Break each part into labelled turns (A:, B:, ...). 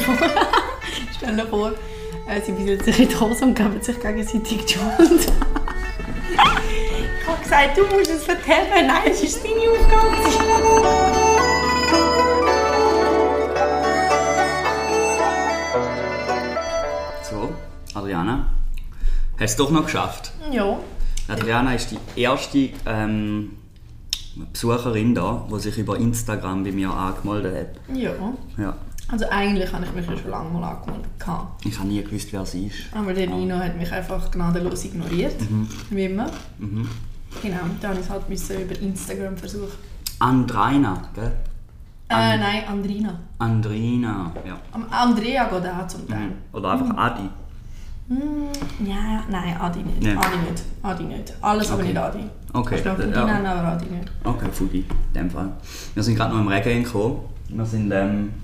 A: vor, stell dir vor, äh, sie bietet sich in die Hose und geben sich gegenseitig die Hand. ich habe gesagt, du musst es vertellen. Nein, es ist deine Aufgabe.
B: So, Adriana, hast du es doch noch geschafft.
A: Ja.
B: Adriana ist die erste ähm, Besucherin da, die sich über Instagram bei mir angemeldet
A: Ja.
B: hat. Ja.
A: Also eigentlich habe ich mich ja schon lange mal angemeldet. gehabt.
B: Ich habe nie gewusst, wer sie ist.
A: Aber der Nino hat mich einfach gnadenlos ignoriert. Wie immer. Genau, dann musste ich es halt müssen über Instagram versuchen.
B: Andreina, gell?
A: Äh, nein, Andrina.
B: Andrina, ja.
A: Am- Andrea geht auch zum Teil.
B: Oder einfach Adi.
A: Mm, Ja, nein, Adi nicht.
B: Nein.
A: Adi nicht. Adi nicht. Alles aber
B: Okay.
A: nicht Adi.
B: Okay,
A: Ich glaube,
B: äh,
A: die
B: ja.
A: nennen aber Adi nicht.
B: Okay, Fudi, in dem Fall. Wir sind gerade noch im Regen gekommen. Wir sind ähm,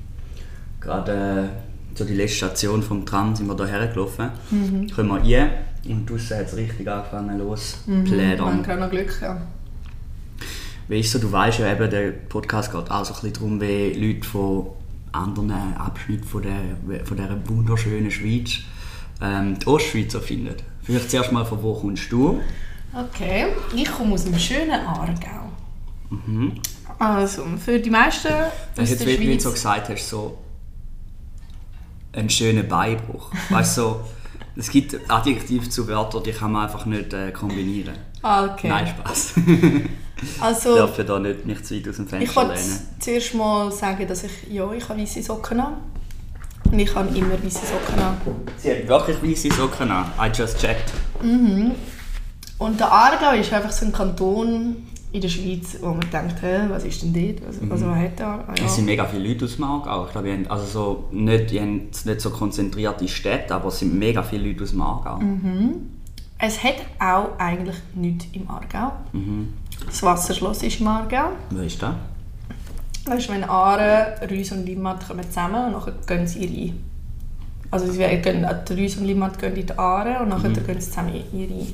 B: gerade äh, zu der letzten Station vom Tram sind wir da hergelaufen. Kommen wir rein und draussen hat es richtig angefangen los
A: Wir haben
B: plädern.
A: gerade Mm, noch Glück gehabt.
B: Weißt du, du weißt ja eben, der Podcast geht auch so ein bisschen darum, wie Leute von anderen Abschnitten von, der, von dieser wunderschönen Schweiz ähm, die Ostschweizer finden. Vielleicht zuerst mal, von wo kommst du?
A: Okay, ich komme aus dem schönen Aargau. Also, für die meisten aus
B: Hast du
A: der
B: Mhm. Äh, jetzt, wie wie du
A: Schweiz...
B: so gesagt hast, so einen schönen Beibruch. Weißt du, so, es gibt Adjektive zu Wörtern, die kann man einfach nicht äh, kombinieren.
A: Ah, okay.
B: Nein, Spaß. Ich
A: also,
B: darf ja da nicht, nicht zu weit aus dem
A: ich
B: Fenster
A: wollte
B: lehnen.
A: zuerst mal sagen, dass ich... Ja, ich habe weisse Socken an. Und ich habe immer weisse Socken an.
B: Sie hat wirklich weiße Socken an. I just checked.
A: Und der Aargau ist einfach so ein Kanton in der Schweiz, wo man denkt, hä, was ist denn dort? Was, also, was hat der Aargau?
B: Mhm. Es sind mega viele Leute aus dem Aargau. Ich glaube, die haben, also so, nicht, die haben nicht so konzentrierte Städte, aber es sind mega viele Leute aus dem Aargau.
A: Mhm. Es hat auch eigentlich nichts im Aargau.
B: Mhm.
A: Das Wasserschloss ist im Aargau.
B: Wo ist das?
A: Weißt du, wenn Aare, Rüs und Limmat kommen zusammen und nachher gehen sie rein. Also sie werden- gehen, die Rüs und Limmat gehen in die Aare und nachher gehen sie zusammen in rein.
B: Mhm.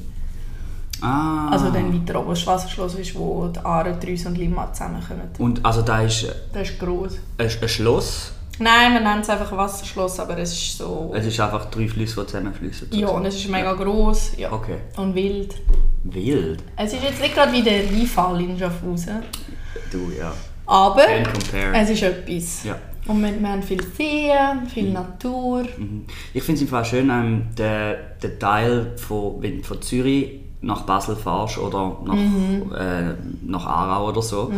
B: Ah.
A: Also dann weiter oben das Wasserschloss ist, wo die Aare, die Rüs und Limmat zusammenkommen.
B: Und also da ist äh,
A: Das ist gross.
B: ein, ein Schloss.
A: Nein, wir nennen es einfach Wasserschloss, aber es ist so...
B: Es ist einfach drei Flüsse, die zusammenfließen.
A: Ja, und es ist mega gross. Ja.
B: Okay.
A: Und wild.
B: Wild.
A: Es ist jetzt nicht gerade wie der Rheinfall in Schaffhausen.
B: Du, ja.
A: Aber
B: Can compare.
A: es ist etwas.
B: Ja. Mhm.
A: Und wir, wir haben viel Seen, viel Natur.
B: Ich finde es im Fall schön, ähm, der, der Teil, von, wenn du von Zürich nach Basel fährst oder nach, äh, nach Aarau oder so.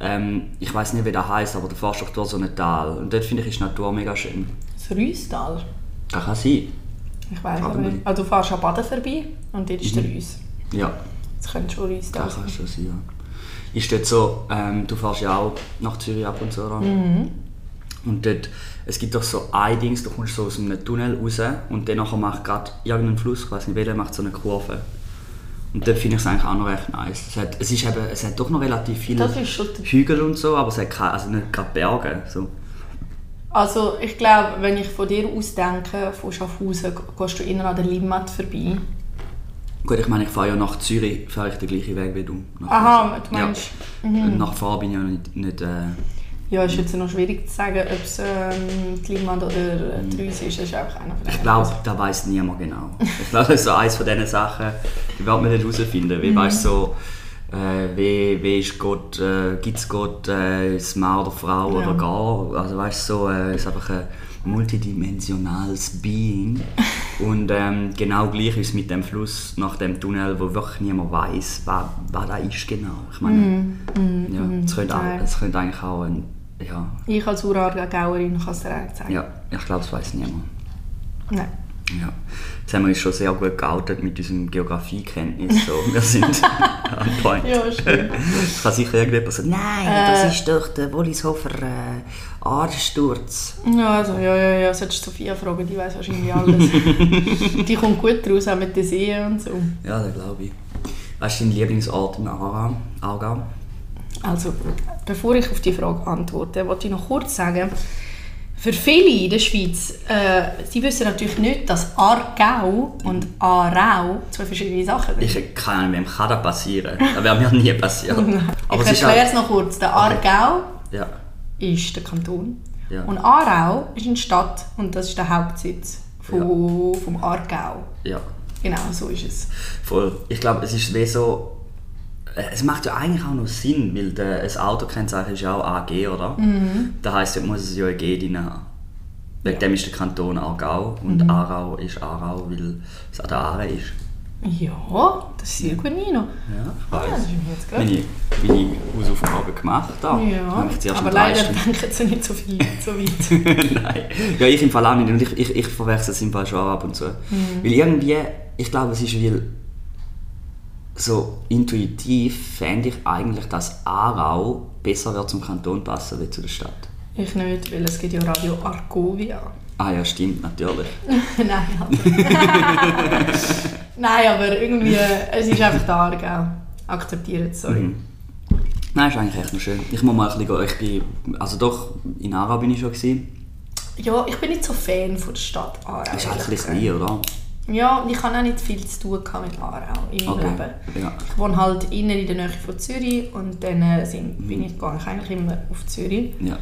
B: Ähm, ich weiß nicht, wie das heißt, aber du fährst doch durch so ein Tal. Und dort finde ich, ist die Natur mega schön.
A: Das Rüstal.
B: Das kann sein.
A: Ich weiß
B: Warte
A: aber
B: mal.
A: nicht. Also du fährst an Baden vorbei und dort ist
B: Mhm.
A: der Rüs.
B: Ja,
A: Das könnte schon Rüstal
B: das
A: sein.
B: kann schon sein. Ja. Ist dort so, ähm, du fährst ja auch nach Zürich ab und so. Oder?
A: Mhm.
B: Und dort, es gibt doch so ein Dings, du kommst so aus einem Tunnel raus und dann nachher macht gerade irgendein Fluss, ich weiß nicht welcher, macht so eine Kurve. Und dort finde ich es eigentlich auch noch recht nice. Es hat, es ist eben, es hat doch noch relativ viele
A: Das ist schon der-
B: Hügel und so, aber es hat keine, also nicht gerade Berge. So.
A: Also ich glaube, wenn ich von dir aus denke, von Schaffhausen, g- gehst du immer an der Limmat vorbei.
B: Gut, ich meine, ich fahre ja nach Zürich, fahre ich den gleichen Weg wie du. Nach
A: Aha,
B: Hause.
A: du meinst- Mhm.
B: Ja. Nach Fahr bin ich ja nicht, nicht äh,
A: Ja, ist jetzt noch schwierig zu sagen, ob es ähm, die Limmat oder äh, die Rüs ist. Das ist einfach einer von
B: Mhm. Ich
A: denen.
B: glaube, da weiß niemand genau. Ich glaube, das ist so eines von diesen Sachen, die wird man nicht herausfinden. Wie weißt so, äh, wie, wie ist Gott, äh, gibt es Gott, äh, ist Mann oder Frau
A: Ja.
B: oder gar? Also weißt so, äh, ist einfach ein multidimensionales Being. Und ähm, genau gleich ist es mit dem Fluss nach dem Tunnel, wo wirklich niemand weiß, was, was da ist genau. Ich meine, ja, es könnte,
A: nein.
B: auch, es könnte eigentlich auch ein, ja,
A: Ich als Urargauerin kann es dir eigentlich sagen.
B: ja, ich glaube, es weiß niemand.
A: Nein.
B: Ja, jetzt haben wir uns schon sehr gut geoutet mit unserem Geografiekenntnis. So. Wir sind on point.
A: Ja, Äh. stimmt.
B: Es kann sicher irgendjemand sagen, nein, das ist doch der Wollishofer äh, Ansturz.
A: Ja, also, ja, ja, ja, solltest du Sophia fragen, die weiß wahrscheinlich alles. die kommt gut raus, auch mit den Seen und so.
B: Ja, das glaube ich. Was ist dein Lieblingsort im Aarau? Aargau?
A: Also, bevor ich auf die Frage antworte, wollte ich noch kurz sagen, für viele in der Schweiz, äh, sie wissen natürlich nicht, dass Aargau und Aarau zwei verschiedene Sachen sind.
B: Ich keine Ahnung, wem kann das passieren? Das wäre mir nie passiert.
A: Ich
B: Aber es ist
A: erkläre
B: halt,
A: es noch kurz. Der Aargau
B: ja,
A: ist der Kanton
B: Ja.
A: Und Aarau ist eine Stadt und das ist der Hauptsitz von, vom Aargau.
B: Ja,
A: Genau, so ist es.
B: voll. Ich glaube, es ist wie so. äh, Es macht ja eigentlich auch noch Sinn, weil der, ein Autokennzeichen ist ja auch AG, oder?
A: Mhm.
B: Das heisst, dort muss es ja ein G drin haben. Wegen dem ist der Kanton Aargau und
A: Mhm.
B: Aarau ist Aarau, weil es an der Aare ist.
A: Ja, das ist sehr gut, Nino.
B: Ja, ich
A: Ja, Ah, das
B: weiss.
A: ist mir jetzt gut.
B: Meine, meine Hausaufgaben gemacht habe.
A: Ja,
B: Habe ich zuerst
A: aber
B: in um drei
A: leider
B: Stunden-
A: denken sie nicht so viel so weit.
B: Nein. Ja, ich im Fall auch nicht. Und ich, ich, ich verwechsel es im Fall schon ab und zu. Weil irgendwie, ich glaube, es ist weil so intuitiv fände ich eigentlich, dass Aarau besser wird zum Kanton passen wie zu der Stadt.
A: Ich nicht, weil es gibt ja Radio Argovia.
B: Ah ja, stimmt, natürlich.
A: Nein, also. Nein, aber irgendwie, es ist einfach da, gell? Akzeptiert es, sorry.
B: Mhm. Nein, ist eigentlich echt noch schön. Ich muss mal ein bisschen gehen. Ich bin, also doch, in Aarau bin ich schon. Gewesen.
A: Ja, ich bin nicht so Fan von der Stadt Aarau.
B: Ist halt ein bisschen klein, oder?
A: Ja, und ich habe auch nicht viel zu tun gehabt mit Aarau in meinem
B: Okay.
A: Leben.
B: Ja.
A: Ich wohne halt innen in der Nähe von Zürich und dann äh, sind,
B: Mhm.
A: bin ich gar nicht eigentlich immer auf Zürich.
B: Ja.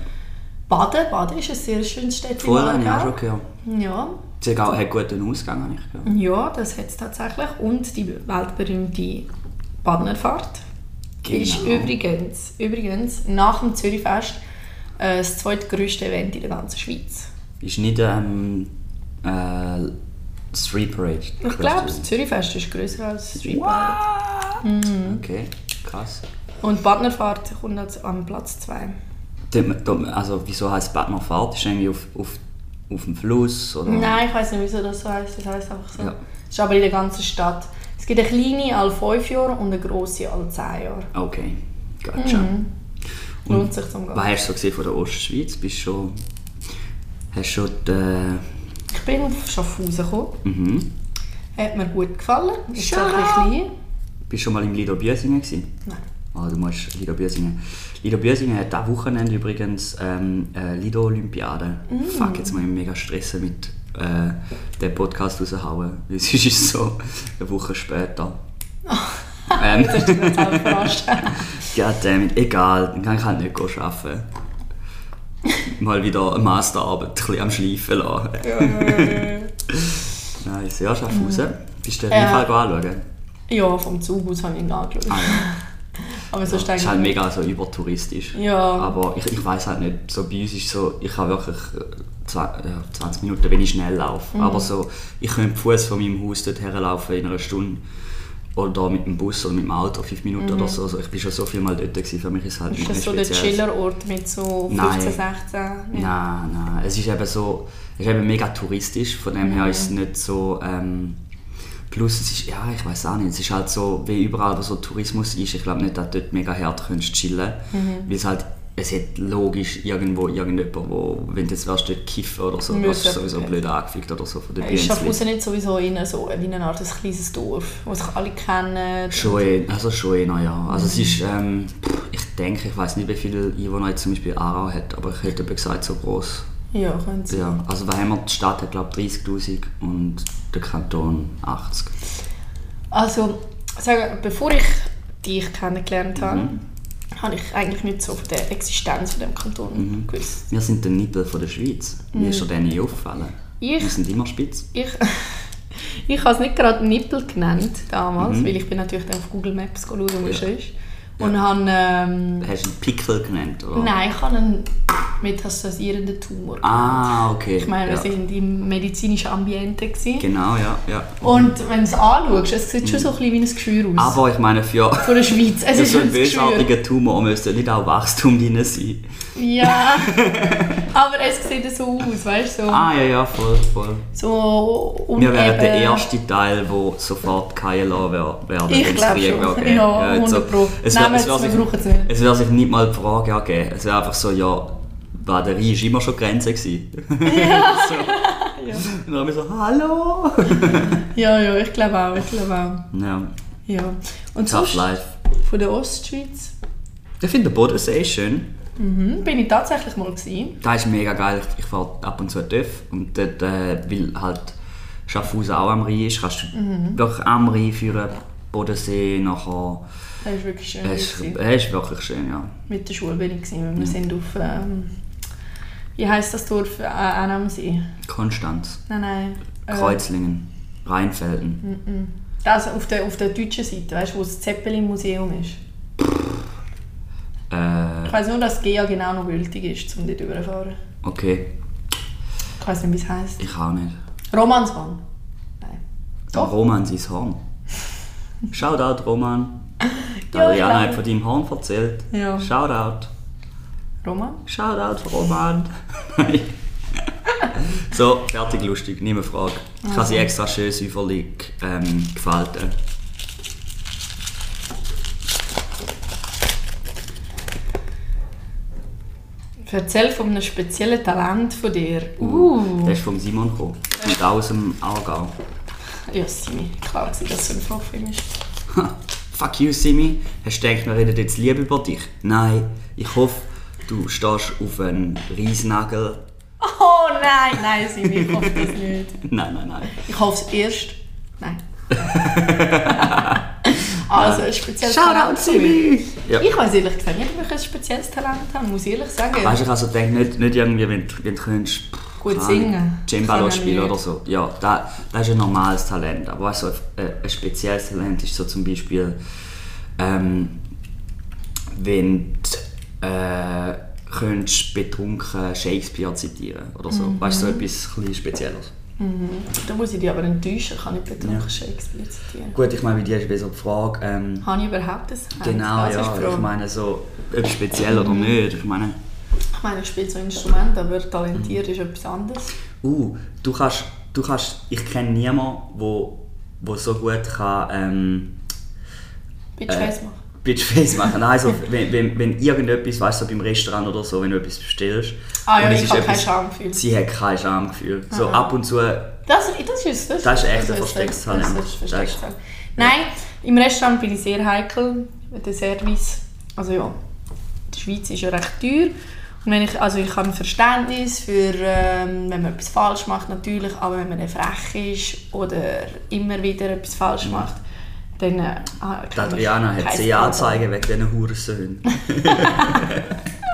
A: Baden, Baden ist ein sehr schönes Städtchen.
B: Voll, habe ich auch
A: Aargau.
B: schon gehört.
A: Ja,
B: Sie hat guten Ausgang, habe ich gehört.
A: ja, das hat es tatsächlich. Und die weltberühmte Badnerfahrt ist
B: Genau.
A: übrigens, übrigens nach dem Zürichfest äh, das zweitgrößte Event in der ganzen Schweiz.
B: Ist nicht ähm, äh, Street Parade.
A: Ich glaube, das Zürichfest ist grösser als das Street Parade.
B: Okay, krass.
A: Und die Badnerfahrt kommt jetzt am Platz 2.
B: Dort- dort- Also, wieso heisst Batman Fahrt? Ist irgendwie auf, auf, auf dem Fluss? Oder?
A: Nein, ich weiß nicht, wieso das so heisst. Das heisst einfach so.
B: Ja.
A: Es ist aber in der ganzen Stadt. Es gibt eine kleine alle 5 Jahre und eine grosse alle 10 Jahre.
B: Okay, gotcha.
A: Mhm.
B: Und
A: Lohnt sich zum Gehen.
B: Was hast du so gesehen von der Ostschweiz? Bist schon. Hast schon die, äh,
A: Ich bin auf Schaffhausen gekommen.
B: mhm.
A: Hat mir gut gefallen. Ist
B: Shout
A: zwar ein bisschen klein.
B: Bist schon mal im Lido Biesingen gewesen?
A: Nein.
B: Ah, du musst Lido Biesingen. Lido Biesingen hat dieses Wochenende übrigens ähm, äh, Lido Olympiade.
A: Mhm.
B: Fuck, jetzt muss ich mich mega stressen mit äh, dem Podcast raushauen. Weil sonst ist es so eine Woche später. ähm,
A: Das ist mir jetzt auch überrascht.
B: goddammit, egal, dann kann ich halt nicht gehen arbeiten. Mal wieder eine Masterarbeit ein bisschen am Schleifen lassen. nice, ja, Schaffhausen. Bist du den
A: Ja.
B: Fall anschauen?
A: ja, vom Zug aus habe ich ihn angeschaut.
B: Ah, ja.
A: Aber sonst
B: Das ist halt
A: denke ich...
B: mega so übertouristisch.
A: Ja.
B: Aber ich, ich weiß halt nicht, so bei uns ist so, ich habe wirklich äh, zwa- ja, 20 Minuten, wenn ich schnell
A: Mhm.
B: laufe. Aber so, ich könnte zu Fuß von meinem Haus dort herlaufen in einer Stunde. Oder mit dem Bus oder mit dem Auto, 5 Minuten oder so. Also ich bin schon so viel mal dort, gewesen. für mich ist es halt
A: Mhm. Ist
B: nicht
A: das so
B: mehr
A: der
B: speziell.
A: Chillerort mit so 15,
B: Nein. Mhm.
A: 16? Ja.
B: Nein, nein. Es ist eben so, es ist eben mega touristisch, von dem her ist es nicht so. Ähm, plus, es ist, ja, ich weiß auch nicht, es ist halt so, wie überall, wo so Tourismus ist, ich glaube nicht, dass du dort mega hart könntest chillen Weil es halt, es hat logisch irgendwo irgendjemand, wo, wenn du jetzt wärst, dort kiffen oder so,
A: Müsste.
B: wärst du sowieso blöd angefickt oder so von der
A: Ist
B: Bienzli.
A: Schaffhausen nicht sowieso in so, wie eine Art ein kleines Dorf, wo sich alle kennen?
B: Schon eh, also schon eh noch, ja. Also es ist, ähm, pff, ich denke, ich weiß nicht, wie viele Einwohner jetzt zum Beispiel Aarau hat, aber ich hätte eben gesagt, so groß.
A: Ja, könnte sein.
B: Ja, also wir haben wir, die Stadt hat glaube ich 30'000 und der Kanton 80.
A: Also, sagen, bevor ich dich kennengelernt habe,
B: Mhm.
A: habe ich eigentlich nicht so von der Existenz von dem Kanton
B: Mhm.
A: gewusst.
B: Wir sind der Nippel von der Schweiz. Mir ist schon denen nie aufgefallen.
A: Mhm. Ich-
B: Wir sind immer spitz.
A: Ich, ich habe es nicht gerade Nippel genannt damals, weil ich bin natürlich dann auf Google Maps schauen, wo es
B: Mhm. Ja.
A: ist. Und habe... Ähm,
B: Hast du einen Pickel genannt, oder?
A: Nein, ich habe einen metastasierenden Tumor.
B: Ah, okay.
A: Ich meine,
B: ja.
A: wir waren im medizinischen Ambiente. Gewesen.
B: Genau, ja, ja.
A: Und wenn du es anschaust, es sieht schon so ein bisschen wie ein Geschwür aus.
B: Aber ich meine, für,
A: Von der Schweiz. Es
B: für
A: ist
B: so
A: ein
B: einen
A: Geschwür.
B: bösartigen Tumor müsste nicht auch Wachstum drin sein.
A: Ja. Aber es sieht so aus, weißt du? So,
B: Ah, ja, ja, voll, voll.
A: so
B: Wir
A: uneben.
B: wären der erste Teil, der sofort keinen lassen wär- werden
A: Ich
B: wenn's
A: glaub
B: Krieg
A: schon.
B: wär gegeben.
A: Ja,
B: jetzt
A: 100 Pro.
B: Es
A: Nehmen
B: wär, es
A: wir
B: wär
A: es, wir
B: sich,
A: brauchen es nicht.
B: Es wäre sich nicht mal die Frage angeben. Es wäre einfach so, ja, Baderie war immer schon Grenze. gewesen. so. Und dann haben wir so, hallo!
A: Ja, ja, ich glaube auch, ich glaube auch.
B: ja,
A: Ja. Und
B: tough
A: sonst
B: life.
A: von der Ostschweiz
B: Ich finde den Bodensee schön.
A: mhm, bin ich tatsächlich mal gewesen.
B: Das ist mega geil. Ich, ich fahre ab und zu TÜV und dort, äh, weil halt Schaffhausen auch am Rhein ist, kannst du wirklich am Rhein führen, Bodensee, nachher...
A: Das ist wirklich schön.
B: Es ist,
A: gewesen.
B: es ist wirklich schön, ja.
A: Mit der Schule bin ich gewesen, weil wir sind auf ähm, Wie heisst das Dorf äh, auch am See?
B: Konstanz,
A: Nein, nein. äh,
B: Kreuzlingen, Rheinfelden.
A: Das auf der, auf der deutschen Seite, weißt du, wo das Zeppelin-Museum ist.
B: Äh,
A: Ich weiss nur, dass das GEA genau noch gültig ist, um dort rüberzufahren.
B: okay,
A: Ich weiss nicht, wie es heisst.
B: ich auch nicht.
A: Romanshorn? Nein. Doch.
B: Roman sein Horn. Shoutout, Roman.
A: Ja,
B: Der Adriana
A: klar.
B: hat von deinem Horn erzählt.
A: Ja.
B: Shoutout.
A: Roman?
B: Shoutout, Roman. Nein. so, fertig, lustig, nicht mehr Frage. Ich habe sie extra schön säuferlich ähm, gefalten.
A: Erzähl von einem speziellen Talent von dir. Uh.
B: Der ist vom Simon gekommen. Und auch aus dem Aargau.
A: Ja, Simi. Klar war, dass es ein Vorfilm ist.
B: Ha, Fuck you, Simi. Hast du gedacht, wir reden jetzt lieb über dich? Nein. Ich hoffe, du stehst auf einen Riesnagel.
A: Oh nein, nein, Simi, ich hoffe das nicht.
B: Nein, nein, nein.
A: Ich hoffe es erst. Nein. also, ein spezielles Talent von mir.
B: Ja.
A: Ich weiß ehrlich gesagt nicht, ob ich ein spezielles Talent habe, muss ich ehrlich sagen.
B: Weißt du, ich also denke nicht, nicht irgendwie, wenn, du- wenn du könntest, pff,
A: Gut
B: keine Ahnung,
A: singen.
B: Cembalo
A: Können
B: spielen
A: nicht.
B: oder so. Ja, da, das ist ein normales Talent. Aber weißt du, ein, ein spezielles Talent ist so zum Beispiel, ähm, wenn du äh, könntest betrunken Shakespeare zitieren oder so.
A: Mhm.
B: Weißt du, so etwas ein bisschen Spezielles.
A: Da muss ich dich aber enttäuschen, ich kann nicht betrunken
B: Ja.
A: Shakespeare zitieren.
B: Gut, ich meine, bei dir ist besser die Frage, ähm,
A: Habe ich überhaupt das Talent?
B: genau,
A: Das ist die
B: ja, ich
A: Frage.
B: meine, so, ob speziell oder nicht. Ich meine,
A: Ich meine, ich spiele so Instrumente, aber
B: Mhm.
A: talentiert ist etwas anderes.
B: Uh, du kannst, du kannst, ich kenne niemanden, wo, wo so gut kann, ähm,
A: Bitte äh. machen.
B: Bitchface machen. Nein, also, wenn, wenn, wenn irgendetwas, weißt du, so beim Restaurant oder so, wenn du etwas bestellst.
A: Ah ja,
B: und es
A: ich
B: ist
A: habe kein
B: etwas-
A: Schamgefühl.
B: Sie hat kein Schamgefühl. So ab und zu,
A: Das, das ist das,
B: Das ist echt ein verstecktes
A: das ist
B: Talent.
A: das verstecktes
B: Das-
A: Talent. Nein, im Restaurant bin ich sehr heikel mit dem Service. Also ja, die Schweiz ist ja recht teuer. Und wenn ich, also ich habe Verständnis für, ähm, wenn man etwas falsch macht natürlich, aber wenn man dann frech ist oder immer wieder etwas falsch macht, dann... Äh, ah,
B: die
A: kann ich
B: Mhm. Adriana hat
A: kein
B: sie
A: Skandal.
B: anzeigen wegen diesen Hurensöhnen.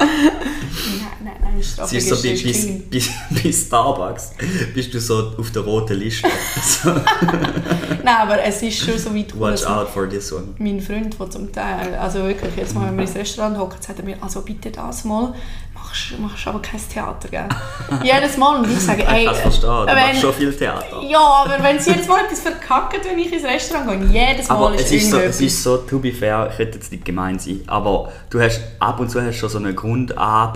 A: Nein, nein, nein,
B: Sie ist so bei,
A: strategisch
B: bis,
A: clean.
B: bis, bei Starbucks, bist du so auf der roten Liste. So,
A: Nein, aber es ist schon so weit
B: watch
A: dass-
B: out for this one.
A: mein Freund, der zum Teil, also wirklich, jetzt mal, wenn wir ins Restaurant hocken, sagt er mir, also bitte das mal, machst, machst aber kein Theater, gell? Jedes Mal, und ich sage, ey,
B: Ich kann es verstehen, du
A: wenn-
B: machst schon viel Theater.
A: ja, aber wenn sie jedes Mal etwas verkacken, wenn ich ins Restaurant gehe, jedes Mal
B: Aber
A: ist
B: es ist, so,
A: irgendetwas.
B: es ist so, to be fair, ich hätte jetzt nicht gemein sein, aber du hast ab und zu hast schon so eine grund a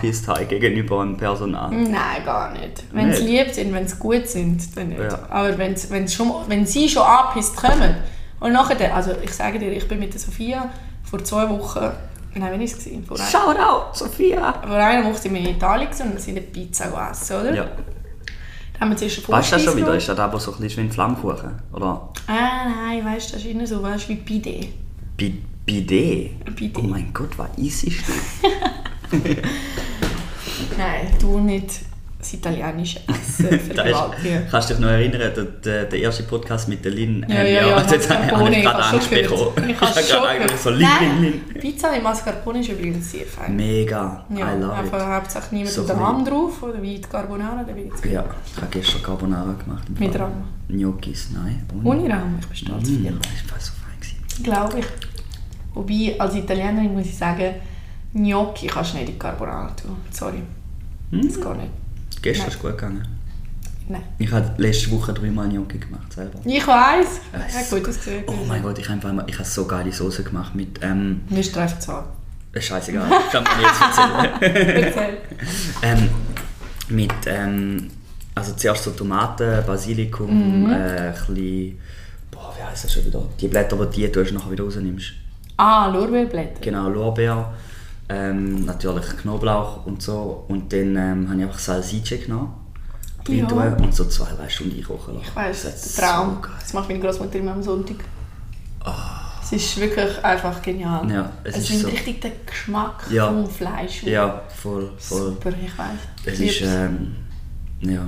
B: gegenüber einem Personal.
A: Nein, gar nicht. Wenn sie
B: Nicht?
A: lieb sind, wenn sie gut sind, dann nicht.
B: Ja.
A: Aber wenn, sie- wenn, sie schon, wenn sie schon angepisst kommen und nachher, also ich sage dir, ich bin mit der Sophia vor zwei Wochen, nein, wann war es? gewesen? Vor, ein,
B: Shoutout, Sophia!
A: vor einer Woche sind wir in Italien gewesen und wir sind eine Pizza gegessen, oder?
B: Ja.
A: Haben wir zuerst
B: Weißt du das
A: einen Vorspeis
B: schon wieder?
A: genommen.
B: Ist das aber so ein bisschen wie ein Flammkuchen? Oder
A: Ah, nein, weißt du, das ist immer so, weißt du, wie Bide.
B: Bi- Bidet?
A: Bidet.
B: Oh mein Gott, was easy ist das?
A: Nein, du nicht das italienische Essen
B: Das ist,
A: vergewaltigen.
B: kannst du dich noch erinnern, der, der, der erste Podcast mit der ähm, Lin?
A: Ja,
B: haben
A: ja,
B: wir-
A: ja,
B: Jetzt habe ich- habe ich gerade Angst
A: Mascarpone, ich habe schon gehört.
B: bekommen.
A: Ich habe
B: gerade
A: schon
B: eigentlich
A: gehört.
B: so Lin, Lin,
A: Nein,
B: Lin.
A: Pizza mit Mascarpone ist übrigens sehr fein.
B: Mega,
A: Ja,
B: I love
A: einfach
B: it.
A: Hauptsache niemand
B: So
A: mit dem
B: klein.
A: Rahm drauf, oder wie die Carbonara, dann bin ich zu
B: Ja, ich habe gestern Carbonara gemacht. im
A: Mit
B: Fall.
A: Rahm.
B: Gnocchis, nein.
A: Ohne Rahm, ich bin stolz auf dich.
B: Mm, das war so fein. gewesen.
A: Glaube ich. Wobei, als Italienerin muss ich sagen, Gnocchi kannst du nicht in die Carbonara tun. Sorry,
B: Mhm.
A: das geht nicht.
B: Gestern
A: Nein.
B: ist es gut gegangen.
A: Nein.
B: Ich habe letzte Woche dreimal Gnocchi gemacht, selber.
A: Ich weiß.
B: Es
A: Ja,
B: ist
A: gut,
B: so-
A: das gesehen.
B: Oh mein Gott, ich habe, einmal, ich habe so geile Soße gemacht mit, ähm,
A: Mir ist einfach zu hart.
B: äh, scheißegal, kann man jetzt erzählen.
A: Erzähl.
B: ähm, mit, ähm, also zuerst so Tomaten, Basilikum,
A: Mhm.
B: äh, ein bisschen, boah, wie heisst das schon wieder? Die Blätter, die du tust, nachher wieder rausnimmst.
A: Ah, Lorbeerblätter.
B: Genau, Lorbeer, ähm, natürlich Knoblauch und so. Und dann ähm, habe ich einfach Salsiccia genommen.
A: Ja.
B: Ja. Und so zwei, drei Stunden einkochen lassen.
A: Ich weiss,
B: Das ist
A: der Traum.
B: so geil. Ah.
A: das macht meine Großmutter immer am Sonntag. Es ist wirklich einfach genial.
B: Ja, es ist
A: nimmt
B: so-
A: richtig den Geschmack
B: Ja.
A: vom Fleisch. auf.
B: Ja, voll, voll.
A: Super, ich weiß.
B: Es ist, ähm, ja.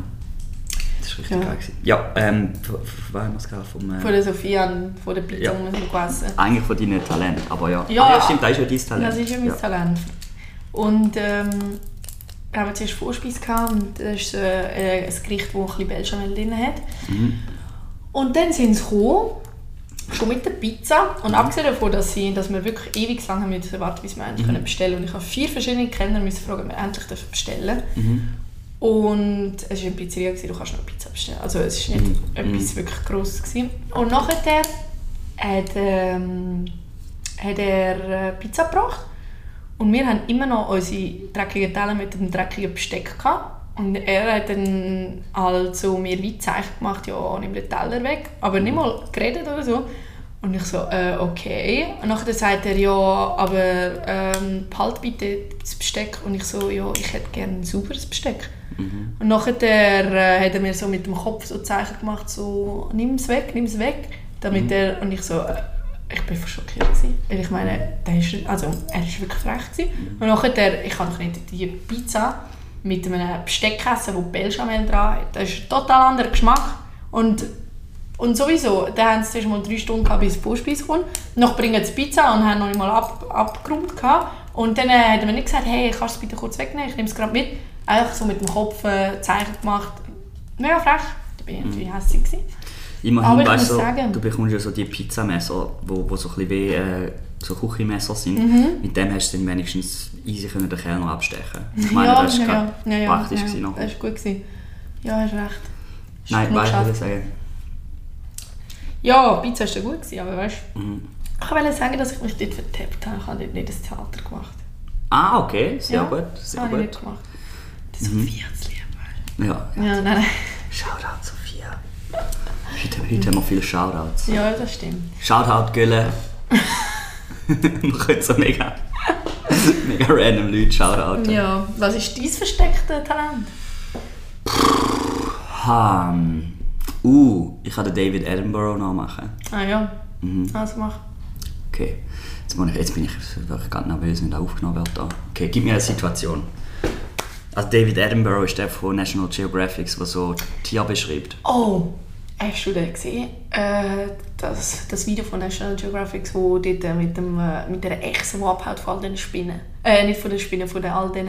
B: Das ist richtig
A: Ja.
B: geil gewesen. Ja, ähm, von, von wem haben wir es gehabt? Vom,
A: Von
B: äh,
A: der Sophia und von der Pizza,
B: Ja.
A: die wir gegessen haben.
B: eigentlich von deinen Talenten, aber ja.
A: Ja.
B: Ah, ja stimmt, das ist ja dein Talent.
A: Das ist ja mein
B: ja.
A: Talent. Und ähm, wir haben zuerst Vorspeise gehabt und das ist äh, äh, ein Gericht, das ein bisschen Belchamel drin hat. Und dann sind sie gekommen, schon mit der Pizza. Und abgesehen davon, dass, sie, dass wir wirklich ewig lang haben müssen warten, bis wir endlich können bestellen Und ich habe vier verschiedene Kellner müssen fragen, ob wir endlich dürfen bestellen Und es war eine Pizzeria, gewesen, du kannst nur Pizza bestellen. Also es war nicht etwas wirklich Grosses. Gewesen. Und nachher hat, ähm, hat er äh, Pizza gebracht. Und wir haben immer noch unsere dreckigen Teller mit dem dreckigen Besteck gehabt. Und er hat dann also mir wie Zeichen gemacht, ja, nimm den Teller weg. Aber nicht mal geredet oder so. Und ich so, äh, okay. Und nachher sagt er, ja, aber ähm, behalt bitte das Besteck. Und ich so, ja, ich hätte gerne ein sauberes Besteck. Und nachher äh, hat er mir so mit dem Kopf so Zeichen gemacht, so, nimm es weg, nimm es weg. Damit er, und ich so, äh, ich bin fast schockiert gewesen, weil ich meine, der ist, also, er ist wirklich frech gewesen. Und nachher, ich habe nicht die Pizza mit einem Besteck gegessen, wo Belchamel dran hat. Das ist ein total anderer Geschmack. Und, und sowieso, da haben sie zuerst mal drei Stunden gehabt, bis die Vorspeise kommt. Noch bringen sie Pizza und haben noch nicht mal ab, abgeräumt gehabt. Und dann äh, hat er mir nicht gesagt, hey, kannst du es bitte kurz wegnehmen, ich nehme es gerade mit. Einfach so mit dem Kopf äh, Zeichen gemacht. Mega frech. Da bin ich
B: Mhm.
A: natürlich hässlich gewesen. Aber
B: Immerhin,
A: ich
B: weißt
A: muss
B: du,
A: sagen-
B: du bekommst ja so die Pizzamesser, wo, wo so ein bisschen wie äh, so Küchenmesser sind.
A: Mhm.
B: Mit dem hast du dann wenigstens easy können den Kellner abstechen. Ich meine,
A: ja,
B: das
A: ja,
B: war
A: ja,
B: gerade
A: ja, ja,
B: praktisch.
A: ja,
B: gewesen noch.
A: Das war gut. Gewesen. Ja, hast recht. Hast
B: Nein,
A: genug
B: weißt du, was
A: geschafft.
B: ich sagen?
A: Ja, Pizza war gut, gewesen, aber weißt du.
B: Mhm.
A: Ich wollte sagen, dass ich mich dort vertappt habe. Ich habe dort nicht das Theater gemacht.
B: Ah, okay, sehr
A: ja,
B: gut, sehr gut.
A: habe ich
B: Mhm.
A: nicht gemacht. Die Sophie hat es lieb.
B: Ja,
A: Ja, nein, nein.
B: Shoutout Sophia. Heute, heute haben wir viele Shoutouts.
A: Ja, das stimmt.
B: Shoutout Gülle. wir können so mega, mega random Leute shoutouten.
A: Ja, was ist dein verstecktes Talent?
B: Ha, ähm, uh, ich kann den David Attenborough noch machen.
A: Ah ja,
B: Mhm.
A: also mach.
B: Okay, jetzt, muss ich, jetzt bin ich wirklich ganz nervös, wenn der aufgenommen wird. Da. Okay, gib mir eine Situation. Also David Attenborough ist der von National Geographic, der so Tier beschreibt.
A: Oh, hast du den gesehen? Äh, das, das Video von National Geographic, wo dort äh, mit, dem, äh, mit der Echse, die abhaut von all diesen Spinnen. Äh, nicht von den Spinnen, von den, all diesen...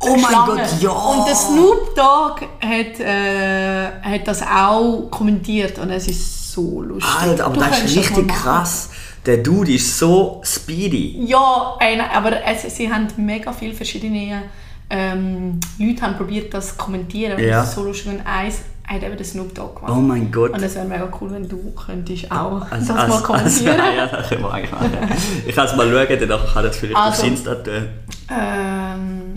B: Oh mein
A: Schlangen.
B: Gott, ja!
A: Und der Snoop Dogg hat, äh, hat das auch kommentiert und es ist so lustig.
B: Alter, aber
A: Du
B: das ist
A: könntest mal
B: richtig
A: machen.
B: krass. Der Dude ist so speedy.
A: Ja, ey, nein, aber es, sie haben mega viele verschiedene ähm, Leute haben probiert, das zu kommentieren. Und
B: Ja.
A: das ist so lustig. Und eins hat eben den Snoop Dogg gemacht.
B: Oh mein Gott.
A: Und es wäre mega cool, wenn du könntest auch
B: Also,
A: das mal
B: also, also,
A: kommentieren.
B: ja, das können wir eigentlich machen. Ich kann es mal schauen, dann nachher kann das vielleicht
A: Also.
B: aufs Insta tun.
A: ähm,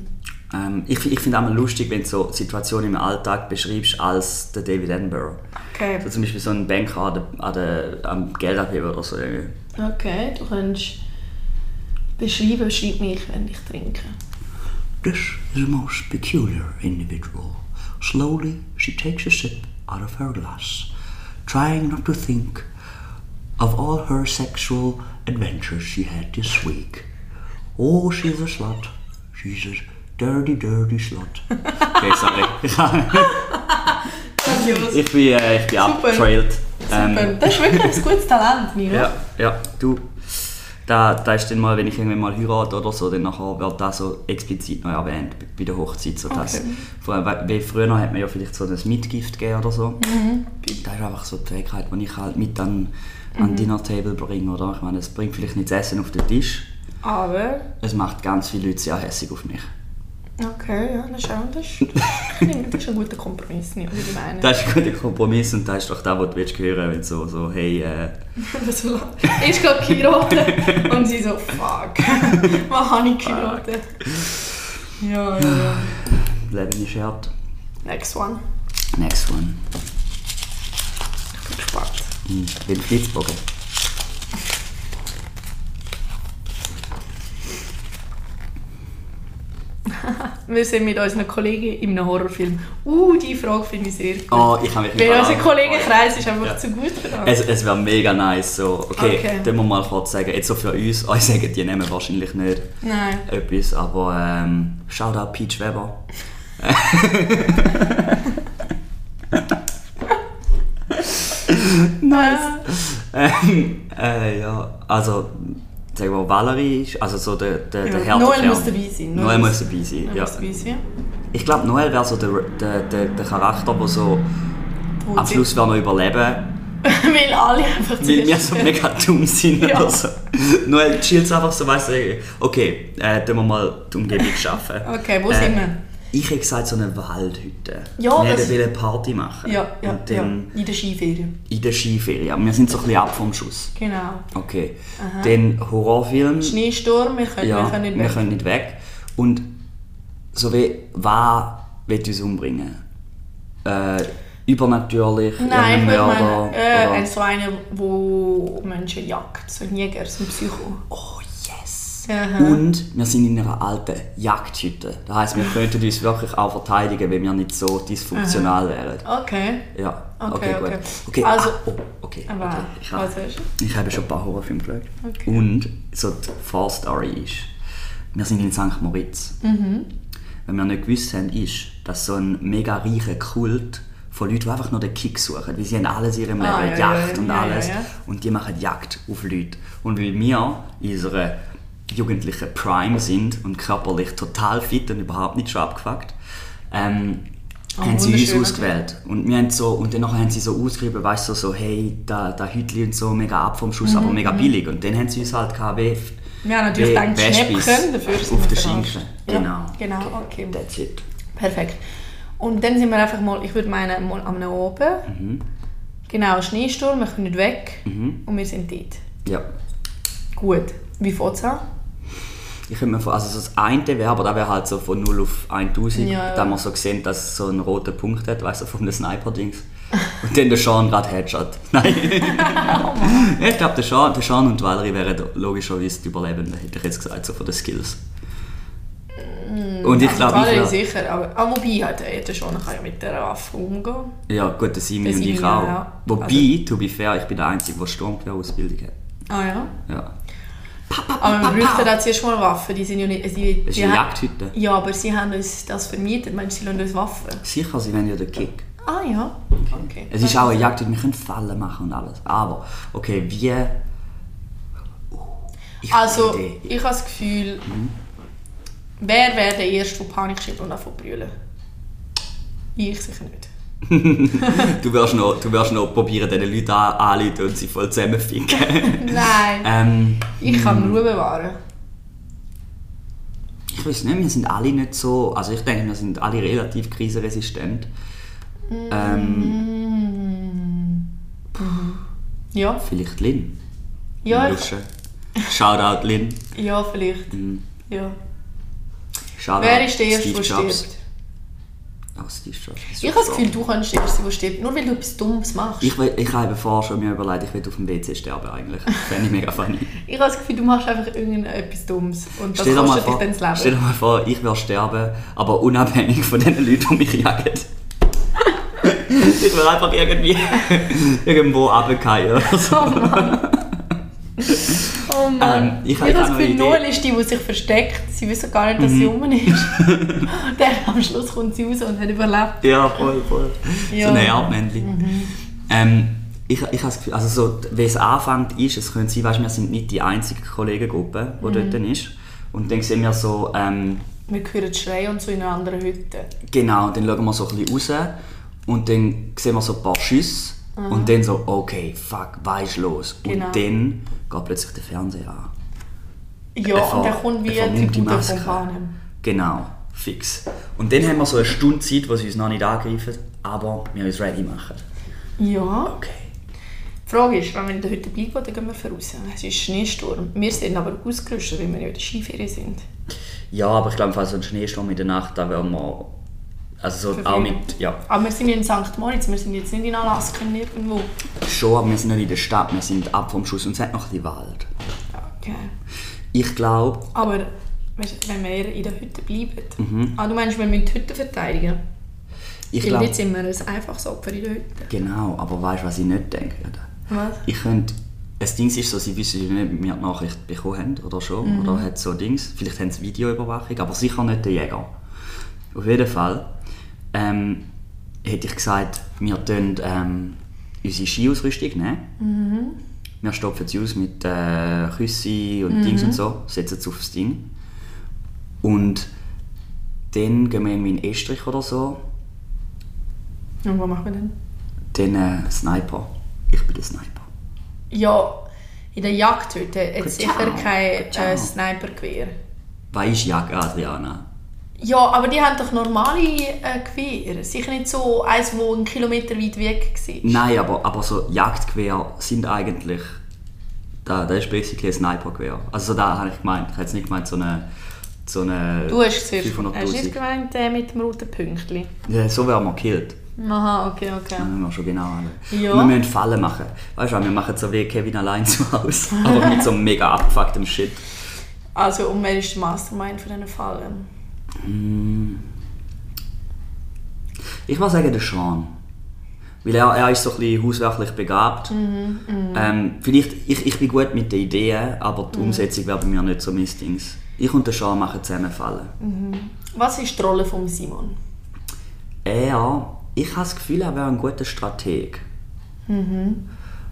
B: ähm, Ich, ich finde auch mal lustig, wenn du so Situationen im Alltag beschreibst als der David Attenborough.
A: okay.
B: So zum Beispiel so ein Banker an der, an der, äh, am Geldabheber oder so. irgendwie.
A: okay, du könntest beschreiben, schreib mich, wenn ich trinke.
B: This is a most peculiar individual. Slowly she takes a sip out of her glass, trying not to think of all her sexual adventures she had this week. Oh, she's a slut. She's a dirty, dirty slut. Okay, sorry. ich bin, äh, ich bin abgetrailt. Ähm,
A: das ist wirklich ein gutes Talent, Milo.
B: ja, ja, du. Da, da ist dann mal, wenn ich irgendwann mal heirate oder so, dann nachher wird das so explizit noch erwähnt bei- bei der Hochzeit. So dass,
A: Okay.
B: vor, wie früher hat man ja vielleicht so ein Mitgift gegeben oder so. Das ist einfach so die Fähigkeit, die ich halt mit an, an Dinner Table bringe. Oder? Ich meine, es bringt vielleicht nicht das Essen auf den Tisch.
A: Aber
B: Es macht ganz viele Leute sehr hässig auf mich.
A: Okay, ja, das ist auch das. ist- Ich finde, das ist ein guter Kompromiss, nicht was ich meine.
B: Das ist ein guter Kompromiss und das ist doch das, was du willst hören willst, wenn so, so hey, äh,
A: Das so lang- ich gerade geheiratet und sie so, fuck, was habe ich geheiratet? Ja, ja, ja.
B: Leben ist hart.
A: Next one.
B: Next one.
A: Ich bin gespannt.
B: Hm, Den Flitzbogen.
A: Wir sind mit unseren Kollegen in einem Horrorfilm. Uh, die Frage finde ich sehr gut.
B: Oh, ich habe mich
A: Weil unser
B: überrascht.
A: Kollegenkreis ist einfach
B: Ja. Also-
A: zu gut für das.
B: Es, es wäre mega nice. So. Okay,
A: Okay.
B: dann muss man mal kurz sagen, jetzt so für uns, euch sagen die nehmen wahrscheinlich nicht
A: Nein.
B: etwas, aber ähm, Shoutout Peach Weber. nice. ähm, äh, ja, also, das sagen, wo Valerie ist, also so der, der, der
A: Ja.
B: Härtekern.
A: Noel muss dabei sein.
B: Noel muss dabei sein,
A: Noel
B: ja.
A: muss dabei sein.
B: Ich glaube, Noel wäre so der, der, der, der Charakter, der so
A: Wo
B: am
A: sie-
B: Schluss werden wir überleben,
A: Weil alle einfach
B: weil wir
A: zuerst-
B: so mega dumm sind
A: Ja.
B: oder so. Noel chillt einfach so, weißt du, okay, äh, tun wir mal die Umgebung schaffen. Äh,
A: Okay, wo sind wir?
B: Ich hätte gesagt, so eine Waldhütte.
A: Ja,
B: wir
A: das-
B: wollten eine Party machen.
A: Ja, ja,
B: Und
A: ja.
B: dann
A: In der Skiferien.
B: in der Skiferien. Wir sind so ein bisschen ab vom Schuss.
A: Genau.
B: Okay. Dann Horrorfilm.
A: Schneesturm, wir können,
B: ja,
A: wir können nicht
B: wir
A: weg.
B: können nicht weg. Und so wie, wer will uns umbringen? Äh, übernatürlich,
A: Nein, ich
B: irgendein
A: würde
B: Mörder?
A: meinen, äh,
B: oder-
A: ein- so einer, der Menschen jagt. So ein Jäger, so ein Psycho.
B: Oh yes!
A: Aha.
B: Und wir sind in einer alten Jagdhütte. Das heisst, wir könnten uns wirklich auch verteidigen, wenn wir nicht so dysfunktional wären.
A: Okay.
B: Ja,
A: Okay,
B: okay, gut.
A: okay.
B: Okay,
A: Also-
B: ah, oh, okay,
A: Aber also,
B: okay. Ich,
A: was
B: habe,
A: ist?
B: ich habe schon ein paar Horrorfilme geschaut.
A: Okay.
B: Und so die Vorstory ist, wir sind in St. Moritz.
A: Mhm.
B: Wenn wir nicht gewusst haben, ist, dass so ein mega reicher Kult von Leuten, die einfach nur den Kick suchen, weil sie haben alles in ihrem Leben,
A: Ah, ja, ja,
B: Jagd und
A: ja, ja,
B: alles,
A: ja.
B: und die machen Jagd auf Leute. Und weil wir in unserer jugendlichen Prime sind und körperlich total fit und überhaupt nicht schon abgefuckt, ähm,
A: Ah,
B: haben sie uns
A: wunderschön,
B: ausgewählt. Und, wir haben so, und dann nachher haben sie so ausgeschrieben, weißt du, so, hey, da, da Hütli und so, mega ab vom Schuss, aber mega billig. Und dann haben sie uns halt KW.
A: Mhm, Ja, natürlich denkt Schnäppchen, dafür sind
B: Auf
A: wir
B: den
A: verarscht.
B: Schinken.
A: Ja,
B: Genau.
A: genau, okay.
B: That's it.
A: Perfekt. Und dann sind wir einfach mal, ich würde meinen, mal am oben.
B: Mhm.
A: Genau, Schneesturm, wir können nicht weg. Und wir sind dort.
B: Ja.
A: Gut. Wie fängt es an?
B: Ich könnte mir vor, also so das eine wäre, aber da wäre halt so von 0 auf 1000,
A: Ja, ja.
B: da man so gesehen, dass es so einen roten Punkt hat, weißt du, vom Sniper-Dings. Und dann der Sean gerade Headshot. Nein. ich glaube, der Sean, der Sean und Valerie wären logischerweise die Überlebenden, hätte ich jetzt gesagt, so von den Skills. Und ich
A: Also,
B: glaube,
A: Valerie
B: ich wär-
A: sicher, aber, aber wobei, halt, äh, der Schone kann ja mit der Waffe umgehen.
B: ja gut, der Simi
A: Der
B: und ich
A: Simi,
B: auch.
A: ja, Also ja.
B: Wobei, to be fair, ich bin der Einzige, der Sturmgewehrausbildung hat.
A: Ah ja.
B: Ja.
A: Aber wir bräuchten da zuerst mal Waffen, die sind ja nicht... Sie,
B: Das ist
A: die
B: eine
A: ha-
B: Jagdhütte.
A: Ja, aber sie haben uns das vermietet, meinst du, sie lassen uns Waffen?
B: Sicher, sie wollen ja den Kick.
A: Ah ja, okay.
B: Es ist auch eine Jagd, wir können Fallen machen und alles. Aber, okay, wie. Ich hab
A: Also,
B: eine Idee. Mhm.
A: ich habe das Gefühl, wer wäre der Erste, der Panik schiebt und anfängt zu brüllen? Ich sicher nicht.
B: Du wirst noch, du wirst noch probieren, diesen Leuten an- anzuleiten und sie voll zusammenficken.
A: Nein,
B: ähm,
A: ich kann Ruhe bewahren.
B: ich weiß nicht, wir sind alle nicht so. Also, ich denke, wir sind alle relativ krisenresistent. Ähm,
A: Ja,
B: vielleicht Lin.
A: ja, ich,
B: Luschen. Shoutout Lin.
A: ja vielleicht.
B: Mhm.
A: Ja.
B: Shoutout
A: Wer ist der Erste, der
B: Ah, Jobs.
A: stirbt?
B: Oh, Steve Jobs.
A: Ich habe das Gefühl, du kannst der Erste, sein, der stirbt, nur weil du etwas Dummes machst. Ich,
B: Ich, will- ich habe vorher schon mir überlegt, ich will auf dem WC sterben eigentlich. Fände ich mega funny.
A: habe das Gefühl, du machst einfach irgendetwas Dummes und das
B: Stell dir, mal
A: kostet dich
B: vor,
A: dann das
B: stell
A: Leben.
B: dir mal vor, ich will sterben, aber unabhängig von den Leuten, die mich jagen. ich will einfach irgendwie irgendwo runterfallen oder so.
A: Oh Mann. Oh Mann.
B: Ähm, ich
A: ich
B: habe
A: habe das
B: auch noch eine
A: Gefühl,
B: Idee. Mhm.
A: Noel ist die, die sich versteckt. Sie wissen gar nicht, dass sie um ist. Und dann am Schluss kommt sie raus und hat überlebt.
B: Ja, voll, voll.
A: Ja. Mhm.
B: So ein Erdmännchen. Ähm, ich, ich habe das Gefühl, also so, wie es anfängt ist, es könnte sein, weißt, wir sind nicht die einzige Kollegengruppe,
A: Mhm.
B: die dort ist. Und dann sehen wir so... Ähm,
A: Wir hören Schreien und so in einer anderen Hütte.
B: Genau, und dann schauen wir so ein bisschen raus und dann sehen wir so ein paar Schüsse und dann so, okay, fuck, was ist los?
A: Mhm. Genau.
B: Und dann geht plötzlich der Fernseher an.
A: Ja,
B: Er
A: und dann
B: ver-
A: kommt wie
B: er
A: die
B: vermummt
A: Bude
B: Maske.
A: vom Bahnen.
B: Genau, fix. Und dann haben wir so eine Stunde Zeit, wo sie uns noch nicht angreifen, aber wir uns ready machen.
A: Ja.
B: Okay.
A: Die Frage ist, wenn wir in der Hütte bleiben, dann gehen wir voraus. Es ist Schneesturm. Wir sind aber ausgerüstet, weil wir ja in der Skiferie sind.
B: Ja, aber ich glaube, falls so ein Schneesturm in der Nacht, da werden wir... Also so auch
A: Verfügung.
B: mit, ja,
A: Aber wir sind in St. Moritz, wir sind jetzt nicht in Alaska nirgendwo.
B: schon, aber wir sind nicht in der Stadt, wir sind ab vom Schuss und es hat noch ein bisschen Wald.
A: Okay.
B: Ich glaube,
A: Aber weißt, wenn wir in der Hütte bleiben. Ah, du meinst, wir müssen die Hütte verteidigen?
B: Mhm. ich
A: Weil
B: glaube...
A: jetzt sind wir ein einfaches Opfer in der Hütte.
B: Genau, aber weißt du, was ich nicht denke?
A: Was?
B: Ich könnte. Das Ding ist so, sie wissen ja nicht, ob wir die Nachricht bekommen haben oder schon. Oder hat so Dings. Vielleicht haben sie Videoüberwachung, aber sicher nicht der Jäger. Auf jeden Fall ähm, hätte ich gesagt, wir tun ähm, unsere Skiausrüstung nehmen ne? wir stopfen sie aus mit äh, Küsse und Dings und so, setzen sie aufs Ding. Und dann gehen wir irgendwie in Estrich oder so,
A: Und was machen wir denn?
B: dann äh, Sniper. Ich bin der Sniper.
A: Ja, in der Jagd heute hat es
B: Gut,
A: sicher
B: ciao.
A: kein
B: Gut, ciao.
A: äh, Snipergewehr.
B: Weisst Jagd, Adriana?
A: Ja, aber die haben doch normale äh, Gewehre. Sicher nicht so eins, wo einen Kilometer weit weg war.
B: Nein, aber, aber so Jagdgewehr sind eigentlich. Da, da ist basically ein Snipergewehr. Also so da habe ich gemeint. Ich hätte jetzt nicht gemeint so eine. So eine
A: Du hast es zuerst- hast nicht
B: 500.000.
A: gemeint äh, mit dem roten Pünktchen.
B: Ja, so werden wir gekillt.
A: Aha, okay, okay.
B: Das müssen wir schon genau anschauen.
A: Ja.
B: Und wir müssen Fallen machen. Weißt du, was, wir machen so wie Kevin allein zu Hause. Aber mit so mega abgefucktem Shit.
A: Also, und wer ist der Mastermind von diesen Ähm, Fallen?
B: Ich würde sagen, der Sean. Weil er, er ist so ein bisschen hauswerklich begabt.
A: Mhm,
B: Ähm, vielleicht, ich, ich bin gut mit den Ideen, aber
A: Mhm.
B: die Umsetzung wäre bei mir nicht so mein Dings. Ich und der Sean machen zusammen Fallen.
A: Was ist die Rolle von Simon?
B: Er, ich habe das Gefühl, er wäre ein guter Strateg.
A: Mhm.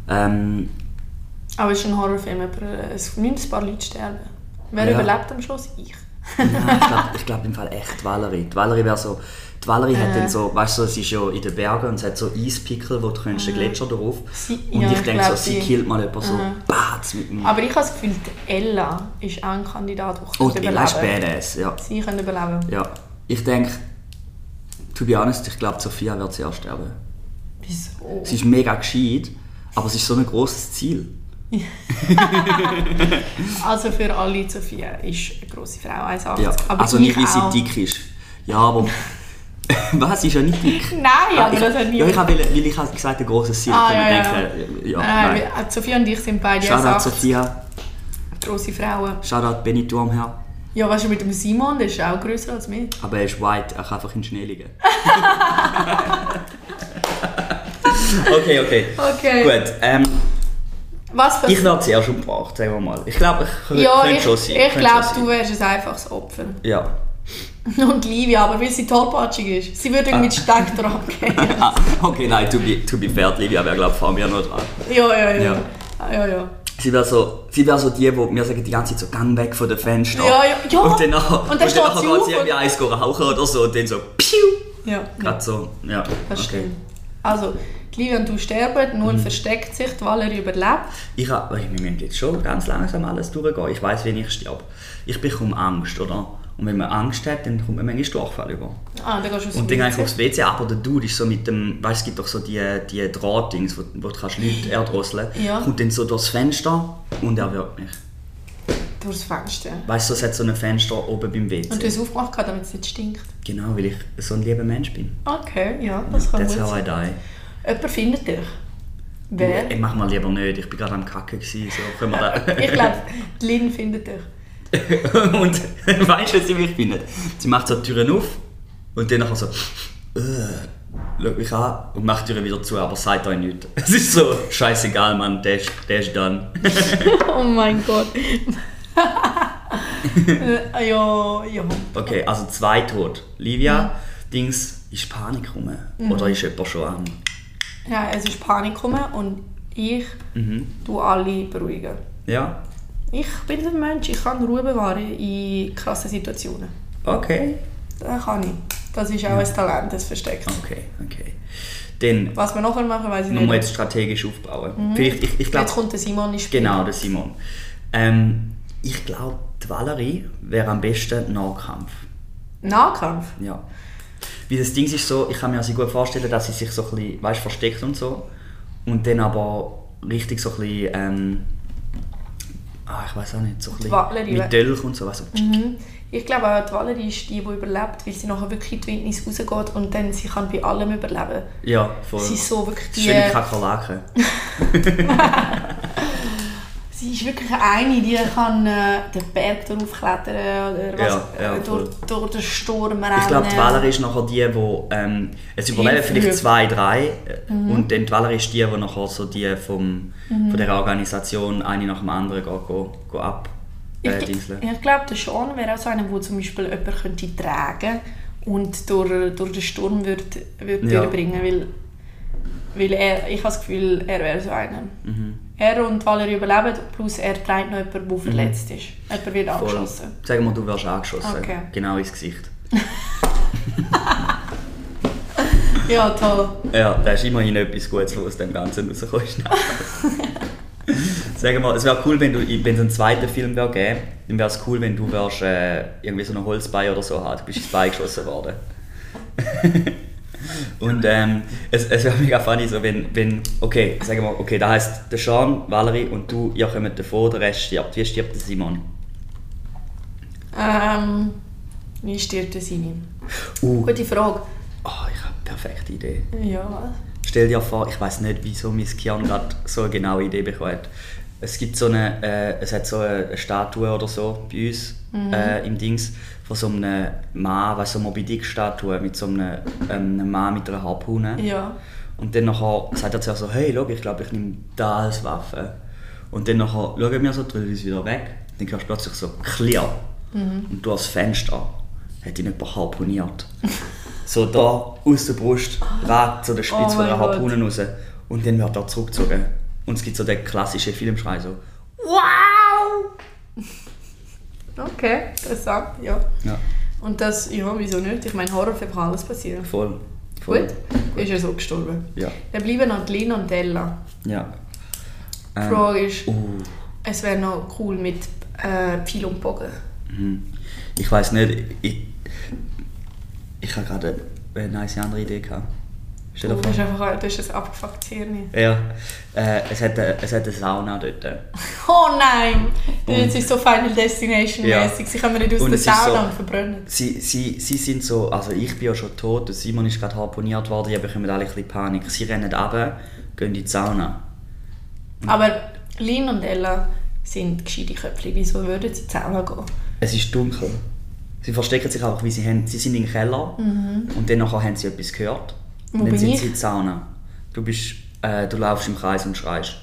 B: Ähm,
A: Aber es ist ein Horrorfilm, aber äh, es müssen ein paar Leute sterben. Wer
B: Ja.
A: überlebt am Schluss? Ich.
B: nein, ich glaube ich glaub im Fall echt die Valerie. Die Valerie wäre so, die Valerie hat
A: Äh.
B: dann so, weißt du, es ist ja in den Bergen und es hat so Eispickel, wo du kannst den Gletscher drauf.
A: Mhm. Sie-
B: und
A: ja,
B: ich
A: ich
B: denke so,
A: glaub,
B: sie
A: die-
B: killt mal jemanden so, batz mit dem.
A: Aber ich habe das Gefühl, die Ella ist auch ein Kandidat, der
B: Oh,
A: könnte
B: die Ella ist
A: überleben.
B: badass, ja.
A: Sie können überleben.
B: ja. Ich denke, to be honest, ich glaube, Sophia wird zuerst sterben.
A: Wieso?
B: Sie ist mega gescheit, aber es ist so ein grosses Ziel.
A: Also für alle, Sophia ist eine grosse Frau, 1,80.
B: Ja.
A: Aber
B: also
A: ich
B: nicht, weil sie
A: auch.
B: dick ist. Ja, aber... Was? Sie ist ja nicht dick.
A: Nein, aber
B: Ah, ich,
A: das hat
B: ja,
A: niemand.
B: ich habe, weil ich habe gesagt, ein grosses Ziel.
A: Ah,
B: Und
A: ja,
B: ich
A: ja.
B: denke, äh, ja,
A: Nein,
B: nein.
A: wir- Sophia und ich sind beide
B: Shoutout
A: 1,80
B: Sophia,
A: grosse Frauen.
B: Shoutout Benny Turmherr.
A: Ja, was ist mit dem Simon? Der ist auch grösser als mir.
B: Aber er ist white, er kann einfach in den Schnee liegen. okay, okay.
A: Okay.
B: Gut, ähm,
A: Was für
B: ich werde zuerst umgebracht, sagen wir mal. Ich glaube, ich könnte
A: ja,
B: könnte
A: ich,
B: schon sein.
A: ich
B: könnte
A: glaube,
B: schon
A: du
B: sein.
A: wärst ein einfaches Opfer.
B: Ja.
A: Und Livia, aber weil sie tollpatschig ist. Sie würde mit Steck drauf gehen.
B: Ah, okay, nein, to be, to be fair, die Livia wäre, glaube ich, vor mir noch dran.
A: Ja, ja, ja.
B: Ja.
A: Ah, ja, ja.
B: Sie wäre so, sie wär so die, die mir sagen, die ganze Zeit so, gang weg von den Fenstern.
A: Ja, ja, ja.
B: Und dann, und
A: Und dann
B: dann,
A: steht sie
B: geht
A: auf
B: sie irgendwie
A: und-
B: eins gehen rauchen oder so und dann so, piu,
A: ja.
B: grad so, ja.
A: Das stimmt. Also, die Livia und du sterben, Noel
B: Mhm.
A: versteckt sich, die Valerie überlebt.
B: Ich hab, wir müssen jetzt schon ganz langsam alles durchgehen. Ich weiß, wenn ich sterbe. Ich bekomme Angst, oder? Und wenn man Angst hat, dann kommt man manchmal Durchfall über.
A: Ah, dann gehst du aus dem
B: Und dann gehe ich
A: WC.
B: aufs WC, aber der Dude ist so mit dem, weißt du, es gibt doch so die, die Drahtdings, wo, wo du kannst Leute erdrosseln
A: Ja.
B: Kommt dann so durchs Fenster und er wirkt mich.
A: durchs Fenster.
B: Weißt du, es hat so ein Fenster oben beim WC.
A: Und du hast es aufgemacht, gehabt, damit es nicht stinkt.
B: Genau, weil ich so ein lieber Mensch bin.
A: Okay, ja, das kann gut
B: That's how I
A: sein.
B: die.
A: Jemand findet dich. Wer?
B: Ich mach mal lieber nicht, ich bin gerade am Kacken gewesen, so können wir da.
A: Ich glaube, die Lin findet dich.
B: und weißt du, was sie mich findet? Sie macht so die Türen auf und dann nachher so. Äh, schau mich an und macht die Türen wieder zu, aber sagt euch nichts. Es ist so, scheißegal, Mann, der ist, der ist done.
A: Oh mein Gott. Äh, ja, ja.
B: Okay, also zwei tot. Livia, Dings, ist Panik rum? Oder ist jemand schon am.
A: Ja, es ist Panik gekommen und ich tue alle beruhigen.
B: Mhm. Ja?
A: Ich bin ein Mensch, ich kann Ruhe bewahren in krassen Situationen.
B: Okay.
A: Das kann ich. Das ist auch ein Talent, das versteckt.
B: Okay, okay. Dann
A: Was wir nachher machen, weiß ich
B: müssen wir
A: nicht.
B: jetzt strategisch aufbauen. Vielleicht, ich, ich glaube.
A: Jetzt kommt der Simon ins Spiel.
B: Genau, der Simon. Ähm, ich glaube, die Valerie wäre am besten Nahkampf.
A: Nahkampf.
B: Ja. Weil das Ding ist so, ich kann mir also gut vorstellen, dass sie sich so ein bisschen, weißt, versteckt und so. Und dann aber richtig so ein bisschen, ähm, ah, ich weiß auch nicht, so ein
A: Valerie
B: bisschen
A: wär-
B: mit Dolch und so, weißt du.
A: Mhm. Ich glaube auch, die Valerie ist die, die überlebt, weil sie nachher wirklich in die Wildnis rausgeht und dann sie kann bei allem überleben.
B: Ja, voll.
A: Sie ist so wirklich die...
B: Schöne Kakerlaken.
A: Sie ist wirklich eine, die kann äh, den Berg draufklettern oder was,
B: Ja, ja,
A: äh, durch, durch den Sturm rennen.
B: Ich glaube, die Valerie ist nachher die, die, ähm, es überleben vielleicht
A: Hilfe.
B: zwei, drei. äh,
A: Mhm.
B: Und dann die Valerie ist die, die nachher so die vom, von dieser Organisation, eine nach dem anderen, geht, geht, geht ab. Äh,
A: Ich,
B: dingseln.
A: ich glaube, der Sean wäre auch so einer, der zum Beispiel jemanden könnte tragen und durch, durch den Sturm würde, würde
B: Ja. Mhm.
A: durchbringen, weil, weil er, ich habe das Gefühl, er wäre so einer. er und Valerie überleben, plus er trägt noch jemanden, der verletzt ist. Jemand wird
B: Voll.
A: angeschossen.
B: Sag mal, du wirst angeschossen.
A: Okay.
B: Genau ins Gesicht.
A: Ja, toll.
B: Ja, da ist immerhin etwas Gutes, was aus dem Ganzen rauskommt. Sag mal, es wäre cool, wenn du, wenn es einen zweiten Film wär, gäbe, dann wäre es cool, wenn du wärst, äh, irgendwie so ein Holzbein oder so hast. Du bist ins Bein geschossen worden. Und ähm, es, es wäre mega funny, so wenn, wenn okay, sagen wir, okay, da heisst der Sean, Valerie und du, ihr kommt davor, der Rest stirbt. Wie stirbt der Simon?
A: Ähm, wie stirbt der Simi?
B: Uh,
A: Gute Frage.
B: oh, ich habe eine perfekte Idee.
A: Ja.
B: Stell dir vor, ich weiß nicht, wieso mein Gehirn gerade so eine genaue Idee bekommt. Es gibt so eine, äh, es hat so eine Statue oder so bei uns äh, im Dings von so einem Mann, weißt du, so Moby Dick Statue mit so einem, ähm, einem Mann mit einer Harpune.
A: Ja.
B: Und dann nachher sagt er zuerst so, hey, schau, ich glaube, ich nehme da als Waffe. Und dann nachher schauen wir so, drehen uns wieder weg. Dann hörst du plötzlich so, clear. Und du als Fenster, hat ihn jemand harponiert. so da, aus der Brust, rat zu der Spitze
A: Oh
B: von der
A: mein Gott.
B: Harpune raus. Und dann wird er zurückgezogen. Und es gibt so den klassischen Filmschrei so.
A: Wow! Okay, interessant, ja.
B: Ja,
A: Und das, ja, wieso nicht? Ich meine, Horrorfilm kann alles passieren.
B: voll. voll.
A: Gut, ist er so gestorben.
B: Ja.
A: Dann bleiben noch die Lina und die Ella.
B: Ja.
A: Die
B: Ähm,
A: Frage ist,
B: uh.
A: es wäre noch cool mit äh, Pfeil und Bogen.
B: Hm. Ich weiß nicht, ich, ich habe gerade eine nice andere Idee gehabt. Stell dir
A: Du
B: vor.
A: hast einfach du hast ein abgefucktes Hirn.
B: Ja, äh, es, hat eine, es hat eine Sauna dort.
A: Oh nein!
B: Und-
A: Jetzt ist es so Final Destination mäßig.
B: Ja.
A: Sie kommen nicht aus
B: Und
A: der
B: es ist
A: Sauna
B: so-
A: und verbrennen.
B: Sie, sie, sie sind so, also ich bin ja schon tot, der Simon ist gerade harponiert worden, ihr bekommt alle ein bisschen Panik. Sie rennen runter, gehen in die Sauna. Mhm.
A: Aber Lin und Ella sind gescheite Köpfe. Wieso würden sie zusammen gehen?
B: Es ist dunkel. Sie verstecken sich einfach, wie sie haben. Sie sind im Keller und dann nachher haben sie etwas gehört.
A: Mhm. Wo
B: und dann
A: bin
B: sind
A: ich?
B: sie in die Sauna. Du, bist, äh, du laufst im Kreis und schreist.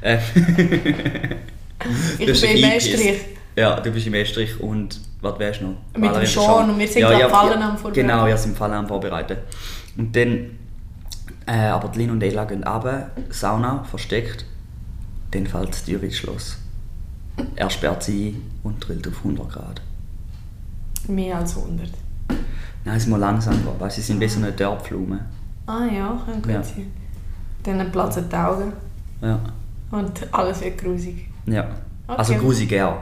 B: äh,
A: Ich
B: Du hast
A: bin
B: dich
A: im
B: eingepisst.
A: Österreich.
B: Ja, du bist im Österreich und was wärst du noch?
A: Mit dem
B: Valerie
A: Sean und wir sind gerade
B: ja,
A: Fallen am Vorbereiten.
B: Genau, ja, sind Fallen am Vorbereiten. Und dann, äh, aber die Lin und Ella gehen runter, Sauna, versteckt, dann fällt die Tür ins Schloss. Er sperrt sie ein und drillt auf 100 Grad.
A: Mehr als 100.
B: Nein, es muss langsam gehen, weil sie sind wie so eine Dörpflume.
A: Ah ja, kann gut
B: Ja.
A: sein. Dann platzen die Augen
B: Ja,
A: und alles wird grusig.
B: ja. Also
A: Okay.
B: grusig er.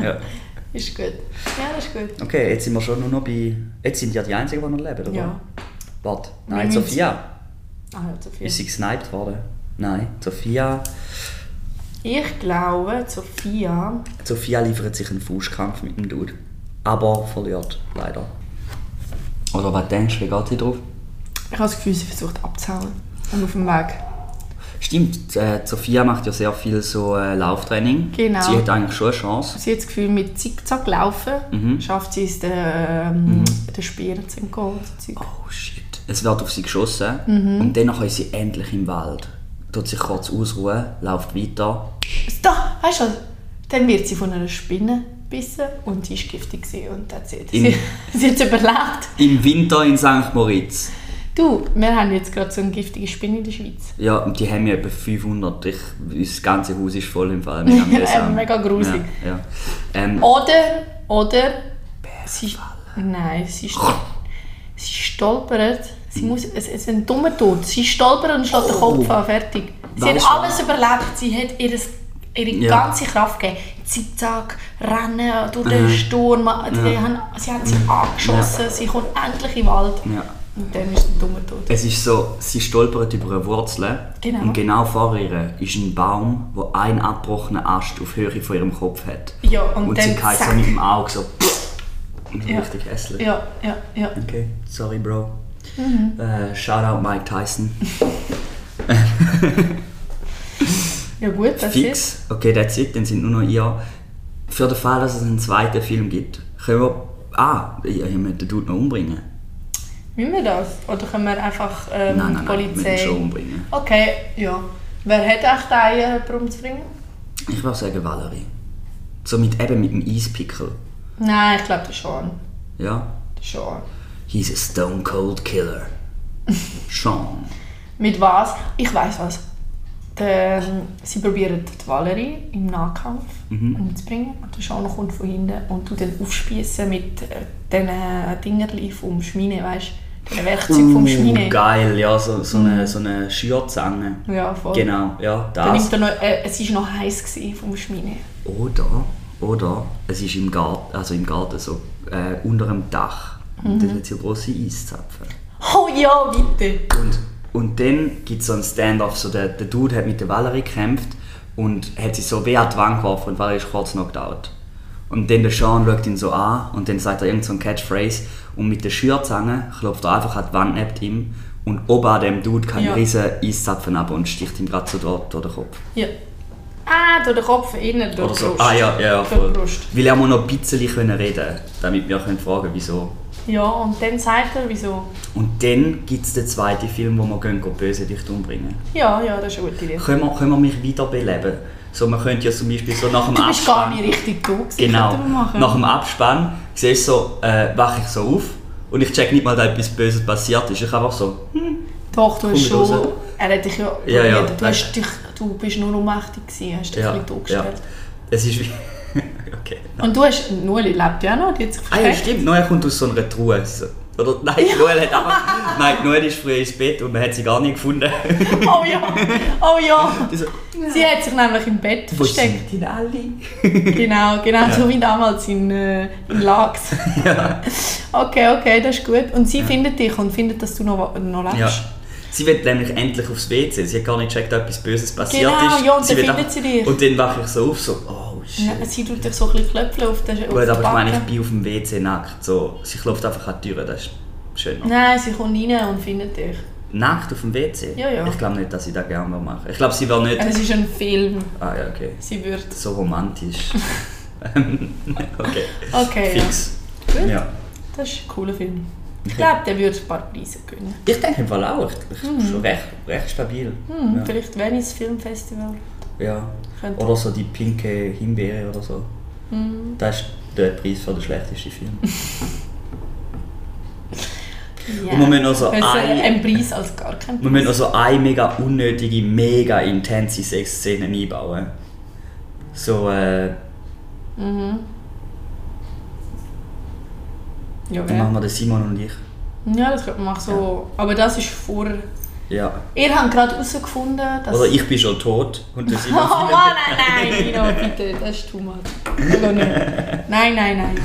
B: ja.
A: Ist gut. Ja, das ist gut.
B: Okay, jetzt sind wir schon nur noch bei... Jetzt sind ja die Einzigen, die noch leben, oder?
A: Ja.
B: Warte,
A: Wir
B: nein,
A: müssen-
B: Sophia.
A: Ah, ja, zu viel.
B: Ist sie gesniped worden? Nein. Sophia,
A: Ich glaube, Sophia.
B: Sophia liefert sich einen Faustkampf mit dem Dude. Aber verliert, leider. Oder was denkst du, wie geht sie drauf?
A: Ich habe das Gefühl, sie versucht abzuhauen. Und auf dem Weg.
B: Stimmt, äh, Sophia macht ja sehr viel so äh, Lauftraining.
A: Genau.
B: Sie hat eigentlich schon eine Chance.
A: Sie hat das Gefühl, mit Zickzack laufen schafft sie es, den, ähm, den Speer zu entgehen. So Zeug.
B: Oh shit. Es wird auf sie geschossen
A: Mhm.
B: und dann nachher ist sie endlich im Wald. Tut sich kurz ausruhen, läuft weiter.
A: Da, weißt du was? Dann wird sie von einer Spinne gebissen und sie ist giftig gewesen und that's it.
B: In-
A: Sie, sie hat es überlebt.
B: Im Winter in St. Moritz.
A: Du, wir haben jetzt gerade so eine giftige Spinne in der Schweiz.
B: Ja, und die haben ja etwa 500. Ich, das ganze Haus ist voll im Fall. Mega, mühsam.
A: mega grusig.
B: Ja, ja. Ähm,
A: Oder, oder, sie, nein, sie, st- sie stolpert. Sie muss, es, es ist ein dummer Tod. Sie stolpert und schlägt den
B: Oh.
A: Kopf an, fertig. Sie
B: Weißt
A: hat
B: du
A: alles überlebt. Sie hat ihres, ihre
B: Ja.
A: ganze Kraft gegeben. Zickzack, Rennen durch
B: Mhm.
A: den Sturm. Die haben, sie haben sie angeschossen. Sie kommt endlich in den Wald.
B: Ja.
A: Und dann ist ein dummer Tod.
B: Es ist so, sie stolpert über eine Wurzel
A: Genau.
B: und genau vor ihr ist ein Baum, wo ein abgebrochenen Ast auf Höhe von ihrem Kopf hat.
A: Ja, und
B: sie
A: dann
B: geht so
A: zack.
B: mit dem Auge so und
A: Ja.
B: richtig hässlich.
A: Ja, Mhm. ja, ja.
B: Okay, sorry Bro. Äh, Shoutout Mike Tyson.
A: Ja gut, das ist
B: Fix. Okay, that's it. Dann sind nur noch ihr. Für den Fall, dass es einen zweiten Film gibt, können wir... Ah, ja, wir müssen den Dude noch umbringen.
A: Müssen wir das? Oder können wir einfach ähm,
B: Nein, nein, nein,
A: die
B: wir müssen
A: Polizei...
B: ihn schon umbringen.
A: Okay, ja. Wer hat echt Eier, um zu bringen?
B: Ich würde sagen Valerie. So mit, eben mit dem Eispickel.
A: Nein, ich glaube, der Sean.
B: Ja?
A: Der Sean.
B: He's a stone cold killer. Sean.
A: Mit was? Ich weiß was. Der, sie probieren die Valerie im Nahkampf
B: Mhm.
A: umzubringen. Und der Schano kommt von hinten und tut dann aufspießen mit äh, diesen Dingerli vom Schmine, weißt du? Den Werkzeugen
B: Oh,
A: vom Schmine.
B: Hm, geil, ja, so, so eine, so eine Schürzange.
A: Hm. Ja, voll.
B: Genau, ja,
A: Dann nimmt
B: das.
A: er noch, äh, es war noch heiß gewesen vom Schmine.
B: Oder, oder, es ist im Garten, also im Garten so, äh, unter dem Dach.
A: Mhm.
B: Und dann hat sie grosse Eiszapfen.
A: Oh ja, bitte!
B: Und, und dann gibt es so einen Stand-off, so der, der Dude hat mit der Valerie gekämpft und hat sie so wie an die Wand geworfen und Valerie ist kurz knocked out. Und dann der Sean schaut ihn so an und dann sagt er irgend so eine Catchphrase und mit der Schürzange klopft er einfach an die Wand neben ihm und oben an dem Dude kann
A: Ja.
B: ja. riesen Eiszapfen ab und sticht ihm gerade so dort durch den Kopf.
A: Ja. Ah, durch den Kopf, innen, durch
B: Oder
A: die
B: so.
A: Brust.
B: Ah ja, ja, ja,
A: Durch die
B: voll.
A: Brust.
B: Weil er muss noch ein bisschen können reden damit wir können fragen wieso.
A: Ja, und dann sagt er, wieso.
B: Und dann gibt es den zweiten Film, wo wir gehen, gehen Bösewicht umbringen.
A: Ja, ja, das ist eine gute Idee.
B: können wir, können wir mich wiederbeleben. So, man könnte ja zum Beispiel so nach dem
A: Du bist gar
B: Abspann...
A: nicht richtig da gewesen.
B: Genau.
A: Könnten wir machen.
B: Nach dem Abspann siehst du so, äh, wache ich so auf und ich check nicht mal, dass etwas Böses passiert ist. Ich einfach so...
A: Doch, du
B: Komm
A: hast
B: mit
A: schon...
B: raus.
A: Er hat dich ja...
B: Ja, ja,
A: du,
B: nein.
A: hast dich, du bist nur ohnmächtig gewesen, hast dich ein bisschen dargestellt.
B: Es ist wie... okay.
A: Und du hast... Nuli lebt ja noch, die hat sich
B: Ah ja,
A: versteckt.
B: stimmt. Noel kommt aus so einer Truhe. So. Oder nein, Noel hat einfach... Nein, Noel ist früher ins Bett und man hat sie gar nicht gefunden.
A: oh ja, oh ja.
B: Die so,
A: Sie hat sich nämlich im Bett
B: Wo
A: versteckt.
B: sind die denn alle?
A: Genau, genau, so wie damals in, äh, in Lachs.
B: ja.
A: Okay, okay, das ist gut. Und sie findet dich und findet, dass du noch, noch lebst.
B: ja. Sie wird nämlich endlich aufs WC. Sie hat gar nicht gecheckt, ob etwas Böses passiert
A: Genau,
B: ist.
A: ja, und dann
B: wird
A: findet
B: auch-
A: sie dich.
B: Und dann wache ich so auf, so, oh shit.
A: Ja, Sie tut dich so ein bisschen klöpfeln auf den auf
B: Gut,
A: die
B: aber ich meine, ich
A: Backe.
B: bin auf dem WC nackt. So, sie klopft einfach an die Tür, das ist schön.
A: Nein, sie kommt rein und findet dich.
B: Nackt auf dem WC?
A: Ja, ja.
B: Ich glaube nicht, dass sie das gerne machen würde. Ich glaube, sie will nicht...
A: Es ist ein Film.
B: Ah ja, okay.
A: Sie wird...
B: So romantisch. okay.
A: Okay, ja.
B: Fix.
A: Gut.
B: Ja.
A: Das ist ein cooler Film. Ich glaube, der würde ein paar Preise gewinnen.
B: Ich denke im Fall auch. Ich, ich
A: Mhm.
B: bin schon recht, recht stabil.
A: Hm, Vielleicht Venice Film Festival.
B: Ja.
A: Könnte- Mhm.
B: Oder so die pinke Himbeere oder so. Das ist der Preis für den schlechtesten Film.
A: Ja.
B: Und wir müssen noch so
A: Also
B: ein-
A: ein Preis als gar kein
B: Wir
A: Preis.
B: müssen noch so eine mega unnötige, mega intense Sexszene einbauen. So, äh,
A: Ja,
B: dann machen
A: ja.
B: wir den Simon und ich.
A: ja, das könnte man machen. So. Aber das ist vor...
B: Ja.
A: Ihr habt gerade herausgefunden, dass...
B: Oder ich bin schon tot und der
A: Oh
B: Simon.
A: Mann, nein, nein, Nino, bitte. Das ist too much. Das geht nicht. Nein, nein, nein.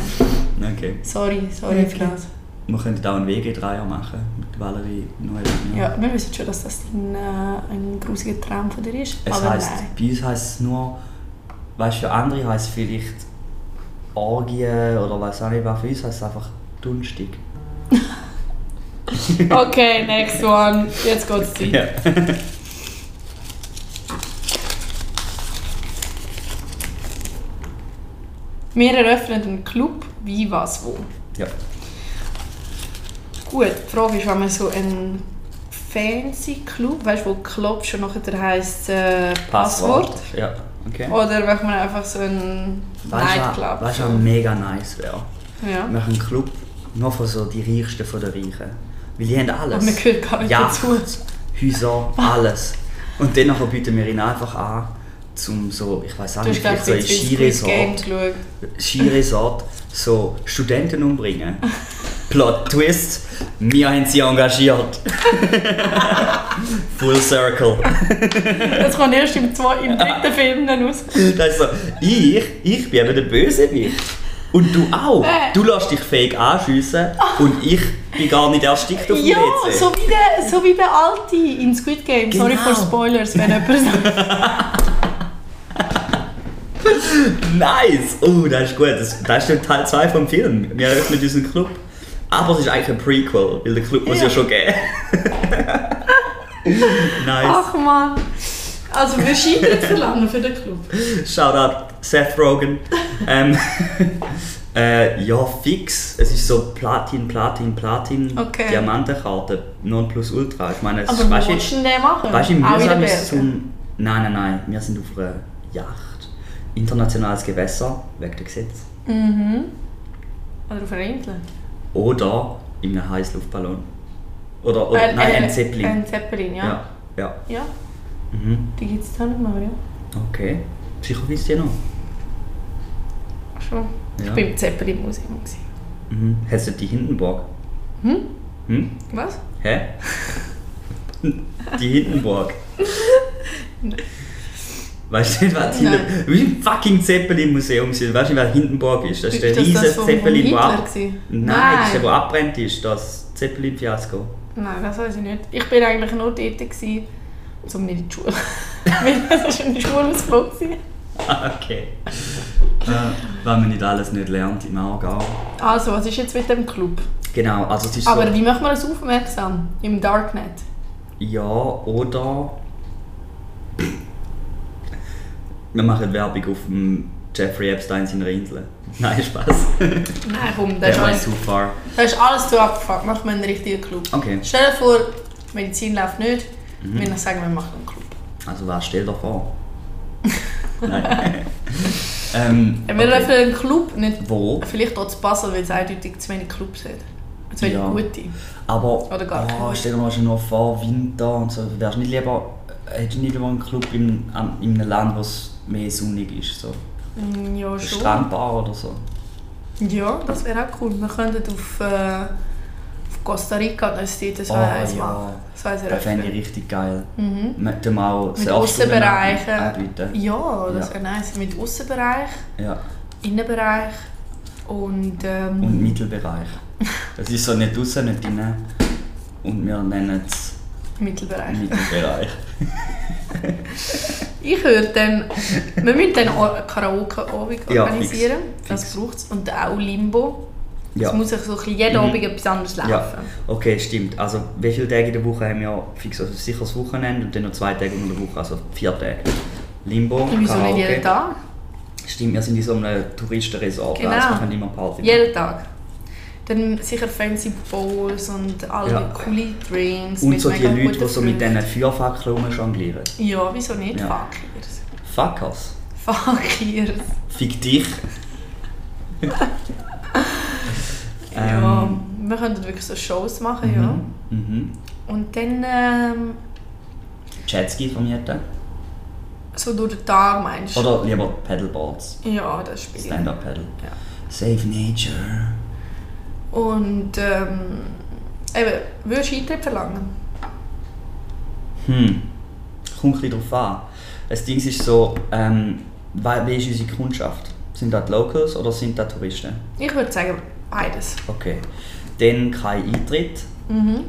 A: nein.
B: Okay.
A: Sorry, sorry für das.
B: Wir könnten auch einen WG-Dreier machen mit Valerie Noel.
A: Ja, wir wissen schon, dass das ein, äh, ein grusiger Traum von dir ist.
B: Es
A: aber
B: heisst,
A: nein.
B: bei uns heisst es nur, weißt du, für andere heisst es vielleicht Orgie oder weiß auch nicht, was für uns heisst es einfach dunstig.
A: Okay, next one. Jetzt geht's zu.
B: Ja.
A: Wir eröffnen einen Club, wie, was, wo.
B: ja.
A: Gut, die Frage ist, wenn man so einen fancy Club, weißt du, wo Club schon nachher heisst äh, Passwort. Oh,
B: Ja, okay.
A: Oder wenn man einfach so einen
B: Weißt du,
A: Nightclub.
B: was- Weißt du, was mega nice wäre?
A: ja.
B: Wir haben einen Club nur von so die Reichsten von den Reichen. Weil die haben alles.
A: Aber man gehört gar nicht
B: Yacht,
A: dazu.
B: Häuser, alles. Und dann nachher bieten wir ihn einfach an, zum so, ich weiß auch
A: Du hast
B: nicht,
A: gerade
B: vielleicht so ein
A: ein Squid Game
B: Skiresort,
A: geschaut.
B: Skiresort, so Studenten umbringen. Plot Twist, wir haben sie engagiert. Full Circle.
A: Das kommt erst im, zwei, im dritten Film dann raus.
B: Das ist so, ich, ich bin eben der Bösewicht. Und du auch.
A: Äh.
B: Du lässt dich fake anschiessen und ich bin gar nicht erstickt auf dem
A: Ja,
B: WC.
A: so wie, der, so wie der Alte in Squid Game. Sorry
B: Genau.
A: for Spoilers, wenn jemand
B: Nice! Oh, das ist gut. Das, das ist der Teil 2 vom Film. Wir eröffnen unseren Club. Aber es ist eigentlich ein Prequel, weil der Club muss ja
A: Ja.
B: schon geben. nice.
A: Ach man. Also wir scheitern zu lange für den Club.
B: Shoutout Seth Rogen. Ähm, äh, ja, fix. Es ist so Platin, Platin, Platin.
A: Okay.
B: Diamantenkarte. Non plus ultra. Ich meine, es
A: Aber was
B: weißt du-
A: willst du denn den machen?
B: Weißt du,
A: Auch in den
B: mühsam ist
A: Bergen.
B: zum. Nein, nein, nein, wir sind auf einer Yacht. Internationales Gewässer, wegen dem Gesetz.
A: Mhm. Oder auf einer Insel.
B: Oder in einem Heißluftballon. Oder, oder
A: Äh,
B: nein,
A: äh,
B: ein Zeppelin.
A: Ein Zeppelin, ja.
B: Ja, ja.
A: Ja,
B: Mhm.
A: Die gibt es da nicht mehr, ja.
B: Okay. Sicher wisst ihr noch.
A: Schon. Ich
B: Ja.
A: war im Zeppelin-Museum. gewesen.
B: Mhm. Heißt das die Hindenburg?
A: Hm?
B: Hm?
A: Was?
B: Hä? Die Hindenburg. Weißt du nicht, was die
A: Nein.
B: wie im fucking Zeppelin-Museum sind? Weißt du nicht, was Hindenburg ist? Das ist der riesige Zeppelin, wo ab-
A: Nein.
B: Nein, das ist der, wo abbrennt ist, das Zeppelin-Fiasko.
A: Nein, das weiß ich nicht. Ich war eigentlich nur dort, gewesen, um nicht in die Schule. Weil das war ein Schulausflug. gewesen.
B: Ah, okay. äh, weil man nicht alles nicht lernt im Aargau.
A: Also, was ist jetzt mit dem Club?
B: Genau, also es ist so...
A: Aber wie macht man das aufmerksam? Im Darknet?
B: Ja, oder. Wir machen Werbung auf dem Jeffrey Epstein seiner Insel. Nein, Spaß.
A: Nein, komm, das,
B: Der
A: ist
B: went
A: alles,
B: too far.
A: das ist alles zu abgefuckt. Macht man einen richtigen Club.
B: Okay,
A: Stell dir vor, Medizin läuft nicht.
B: Mhm.
A: Wir dann sagen, wir machen einen Club.
B: also was stell dir vor? Nein. ähm,
A: Wir dürfen
B: okay.
A: einen Club nicht.
B: Wo?
A: Vielleicht auch zu Basel, weil es eindeutig zu wenig Clubs hat. Zu wenig
B: Ja.
A: gute.
B: Aber
A: Oder gar
B: oh,
A: keinen.
B: stell dir mal schon noch vor, Winter und so. Wärst du nicht lieber, hättest du nicht lieber einen Club in, am- in einem Land, wo es mehr sonnig ist? So.
A: Mm, Ja, schon.
B: Strandbar oder so.
A: Ja, das wäre auch cool. Wir könnten auf, äh, auf Costa Rica, das ist das
B: Oh,
A: oh, eins
B: ja.
A: machen. Das weiß ich
B: Das fände ich
A: nicht.
B: richtig geil.
A: Mhm.
B: Mit dem auch
A: Mit
B: Surfstunden
A: Aussenbereichen.
B: anbieten.
A: Ja, das
B: Ja.
A: wäre nice. Mit Außenbereich,
B: Ja.
A: Innenbereich und, ähm,
B: Und Mittelbereich. Das ist so nicht draußen, nicht drinnen. Und wir nennen es
A: Mittelbereich.
B: Mittelbereich.
A: Ich höre dann, wir müssen dann auch einen Karaoke-Abend
B: Ja,
A: organisieren.
B: fix.
A: Das
B: Fix.
A: braucht es. Und auch Limbo. Es
B: ja.
A: muss sich so ein bisschen jeden
B: Mhm.
A: Abend etwas anderes laufen.
B: ja. Okay, stimmt. Also wie viele Tage in der Woche haben wir fix also sicher das Wochenende und dann noch zwei Tage unter der Woche, also vier Tage. Limbo,
A: Und wieso nicht
B: Karaoke.
A: jeden Tag?
B: Stimmt, wir sind in so einem Touristenresort,
A: Genau.
B: also wir können immer Party machen.
A: Jeden Tag. Dann sicher fancy Bowls und alle
B: Ja.
A: coole Drinks.
B: Und so die
A: mega
B: Leute,
A: guten
B: die so mit
A: Früchten.
B: diesen Feuerfackeln rumjonglieren.
A: Ja, wieso nicht?
B: Ja.
A: Fakirs.
B: Fuckers.
A: Fakirs.
B: Fick dich.
A: ja, wir könnten wirklich so Shows machen, ja.
B: Ähm. Mhm.
A: Und dann ähm,
B: Jetski vermieten.
A: so durch den Tag meinst du?
B: Oder lieber Pedalboards.
A: Ja, das spiele ich.
B: Stand-up-Pedal.
A: Ja.
B: Save Nature.
A: Und ähm, eben, würdest du Eintritt verlangen?
B: Hm. Kommt ein bisschen drauf an. Das Ding ist so, ähm, wer- wer ist unsere Kundschaft? Sind das die Locals oder sind das Touristen?
A: Ich würde sagen, beides.
B: Okay. Dann kein Eintritt.
A: Mhm.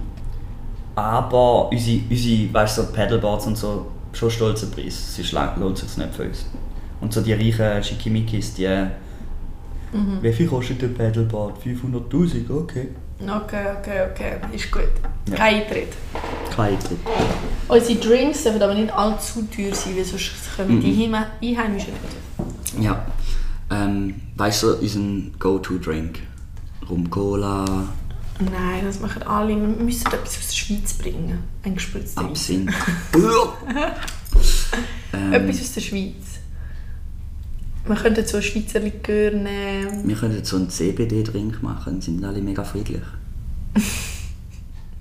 B: Aber unsere, unsere weißt, du, so Pedalboards und so, schon stolzer Preis. Sonst lang- lohnt es sich nicht für uns. Und so die reichen Schickimickis, die. Wie viel kostet ein Pedalboard? 500.000? Okay.
A: Okay, okay, okay. Ist gut.
B: Ja.
A: Kein Eintritt.
B: Kein Eintritt.
A: Unsere Drinks dürfen aber nicht allzu teuer sein, weil sonst kommen die
B: Mhm.
A: Heime- Einheimischen nicht.
B: Ja. Ähm, weißt du, unseren Go-To-Drink? Rum Cola,
A: Nein, das machen alle. Wir müssen etwas aus der Schweiz bringen. Ein gespritzter Wein.
B: Absinth. Ähm,
A: Etwas aus der Schweiz. Man könnte so ein Schweizer Likör nehmen.
B: Wir könnten so einen CBD-Drink machen, sind alle mega friedlich.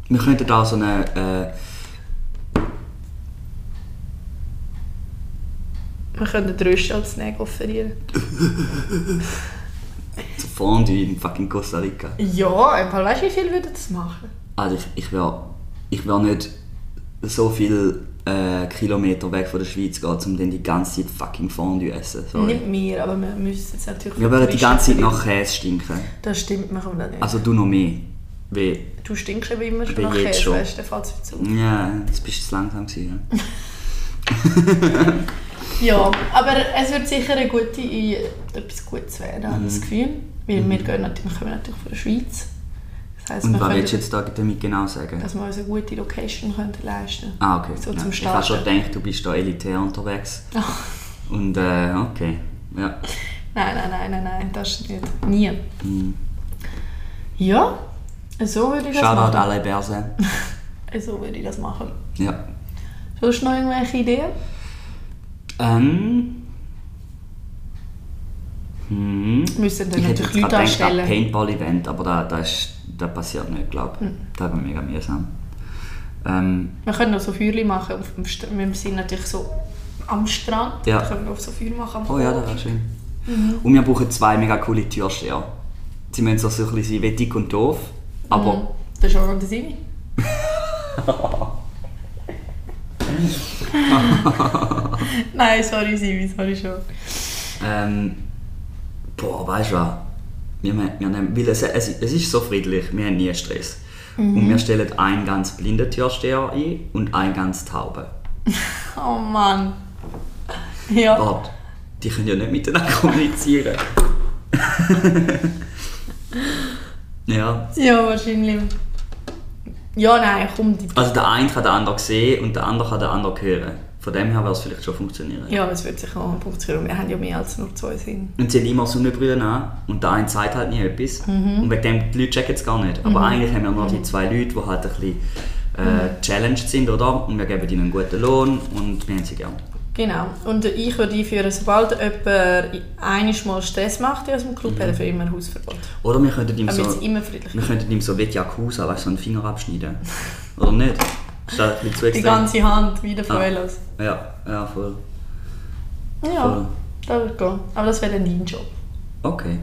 B: Wir könnten da so eine. äh,
A: Man könnte Röst als Snack offerieren.
B: Äh, so Fondue in fucking Costa Rica.
A: Ja, einfach weißt du, wie viel würde das machen?
B: Also ich, ich wäre ich wär nicht so viel äh, Kilometer weg von der Schweiz gehen, um dann die ganze Zeit fucking Fondue zu essen. Sorry.
A: Nicht mehr, aber wir müssen es natürlich.
B: Wir würden die ganze Zeit nach Käse stinken.
A: Das stimmt, man kommt da nicht.
B: Also du noch mehr. Weil,
A: du stinkst eben immer schon
B: Bin
A: nach
B: jetzt
A: Käse,
B: schon.
A: weißt du, dann fällt es wieder zu.
B: ja, jetzt bist du zu langsam gewesen. Ja.
A: Ja, aber es wird sicher eine gute, etwas Gutes werden, habe ich
B: Mhm.
A: das Gefühl. Weil wir, gehen natürlich, wir kommen natürlich von der Schweiz. Das heisst,
B: Und
A: wir
B: was
A: können,
B: willst du jetzt da damit genau sagen?
A: dass wir uns eine gute Location können leisten
B: Ah, okay.
A: So
B: Ja.
A: zum
B: ich habe schon
A: Starten.
B: gedacht, du bist da elitär unterwegs.
A: Ach,
B: Und äh, okay. Ja.
A: nein, nein, nein, nein, nein, das nicht. Nie.
B: Mhm.
A: Ja, so würde ich das
B: Shoutout
A: machen.
B: halt alle Berse.
A: So würde ich das machen.
B: Ja.
A: Sonst noch irgendwelche Ideen?
B: Ähm. Hm.
A: Müssen dann
B: Ich hätte jetzt
A: natürlich Leute
B: gerade gedacht, ein
A: anstellen. Hm.
B: Paintball-Event, aber da, da, ist, da passiert nicht, glaube ich. Das wäre mega mühsam. Ähm,
A: Wir können noch so Feuerchen machen. Auf dem St wir sind natürlich so am Strand.
B: Ja.
A: Da können wir auch so Feuer machen. am
B: Oh ja, das
A: Abend.
B: wäre schön.
A: Mhm.
B: Und wir brauchen zwei mega coole Türsteher. Sie müssen so ein bisschen sein, wie dick und doof, aber
A: Das ist auch an der Sinne. Nein, sorry Simi, sorry schon.
B: ähm, boah, weißt du was? Wir, me- wir nehmen, weil es, es, es ist so friedlich, wir haben nie Stress. Und wir stellen einen ganz blinden Türsteher ein und einen ganz tauben.
A: Oh Mann. Ja.
B: Warte, die können ja nicht miteinander kommunizieren. ja,
A: Ja, wahrscheinlich. Ja, nein, komm. Die
B: also der eine kann den anderen sehen und der andere kann den anderen hören. Von dem her würde es vielleicht schon funktionieren.
A: ja, es wird sich auch einen Punkt hören. Wir haben ja mehr als nur zwei Sinne.
B: Und sie haben immer Sonnenbrillen an und der eine sagt halt nie etwas.
A: Mhm.
B: Und wegen dem, die Leute checken es gar nicht. Aber eigentlich haben wir nur die zwei Leute, die halt ein bisschen
A: Mhm.
B: äh, challenged sind, oder? Und wir geben ihnen einen guten Lohn und wir haben sie gerne.
A: Genau. Und ich würde einführen, sobald jemand einiges Mal Stress macht in unserem Club, hat er für immer ein Hausverbot.
B: Oder wir könnten ihm
A: Damit
B: so,
A: es immer friedlich
B: wir
A: ist.
B: könnten ihm so wie die Yakuza, weißt du, so einen Finger abschneiden. oder nicht? Ist das ein bisschen zu
A: Die
B: extrem?
A: ganze Hand wieder von
B: Ah.
A: Velos.
B: Ja, ja, voll.
A: Ja,
B: Voll.
A: das wird gehen. Aber das wäre dann dein Job.
B: Okay.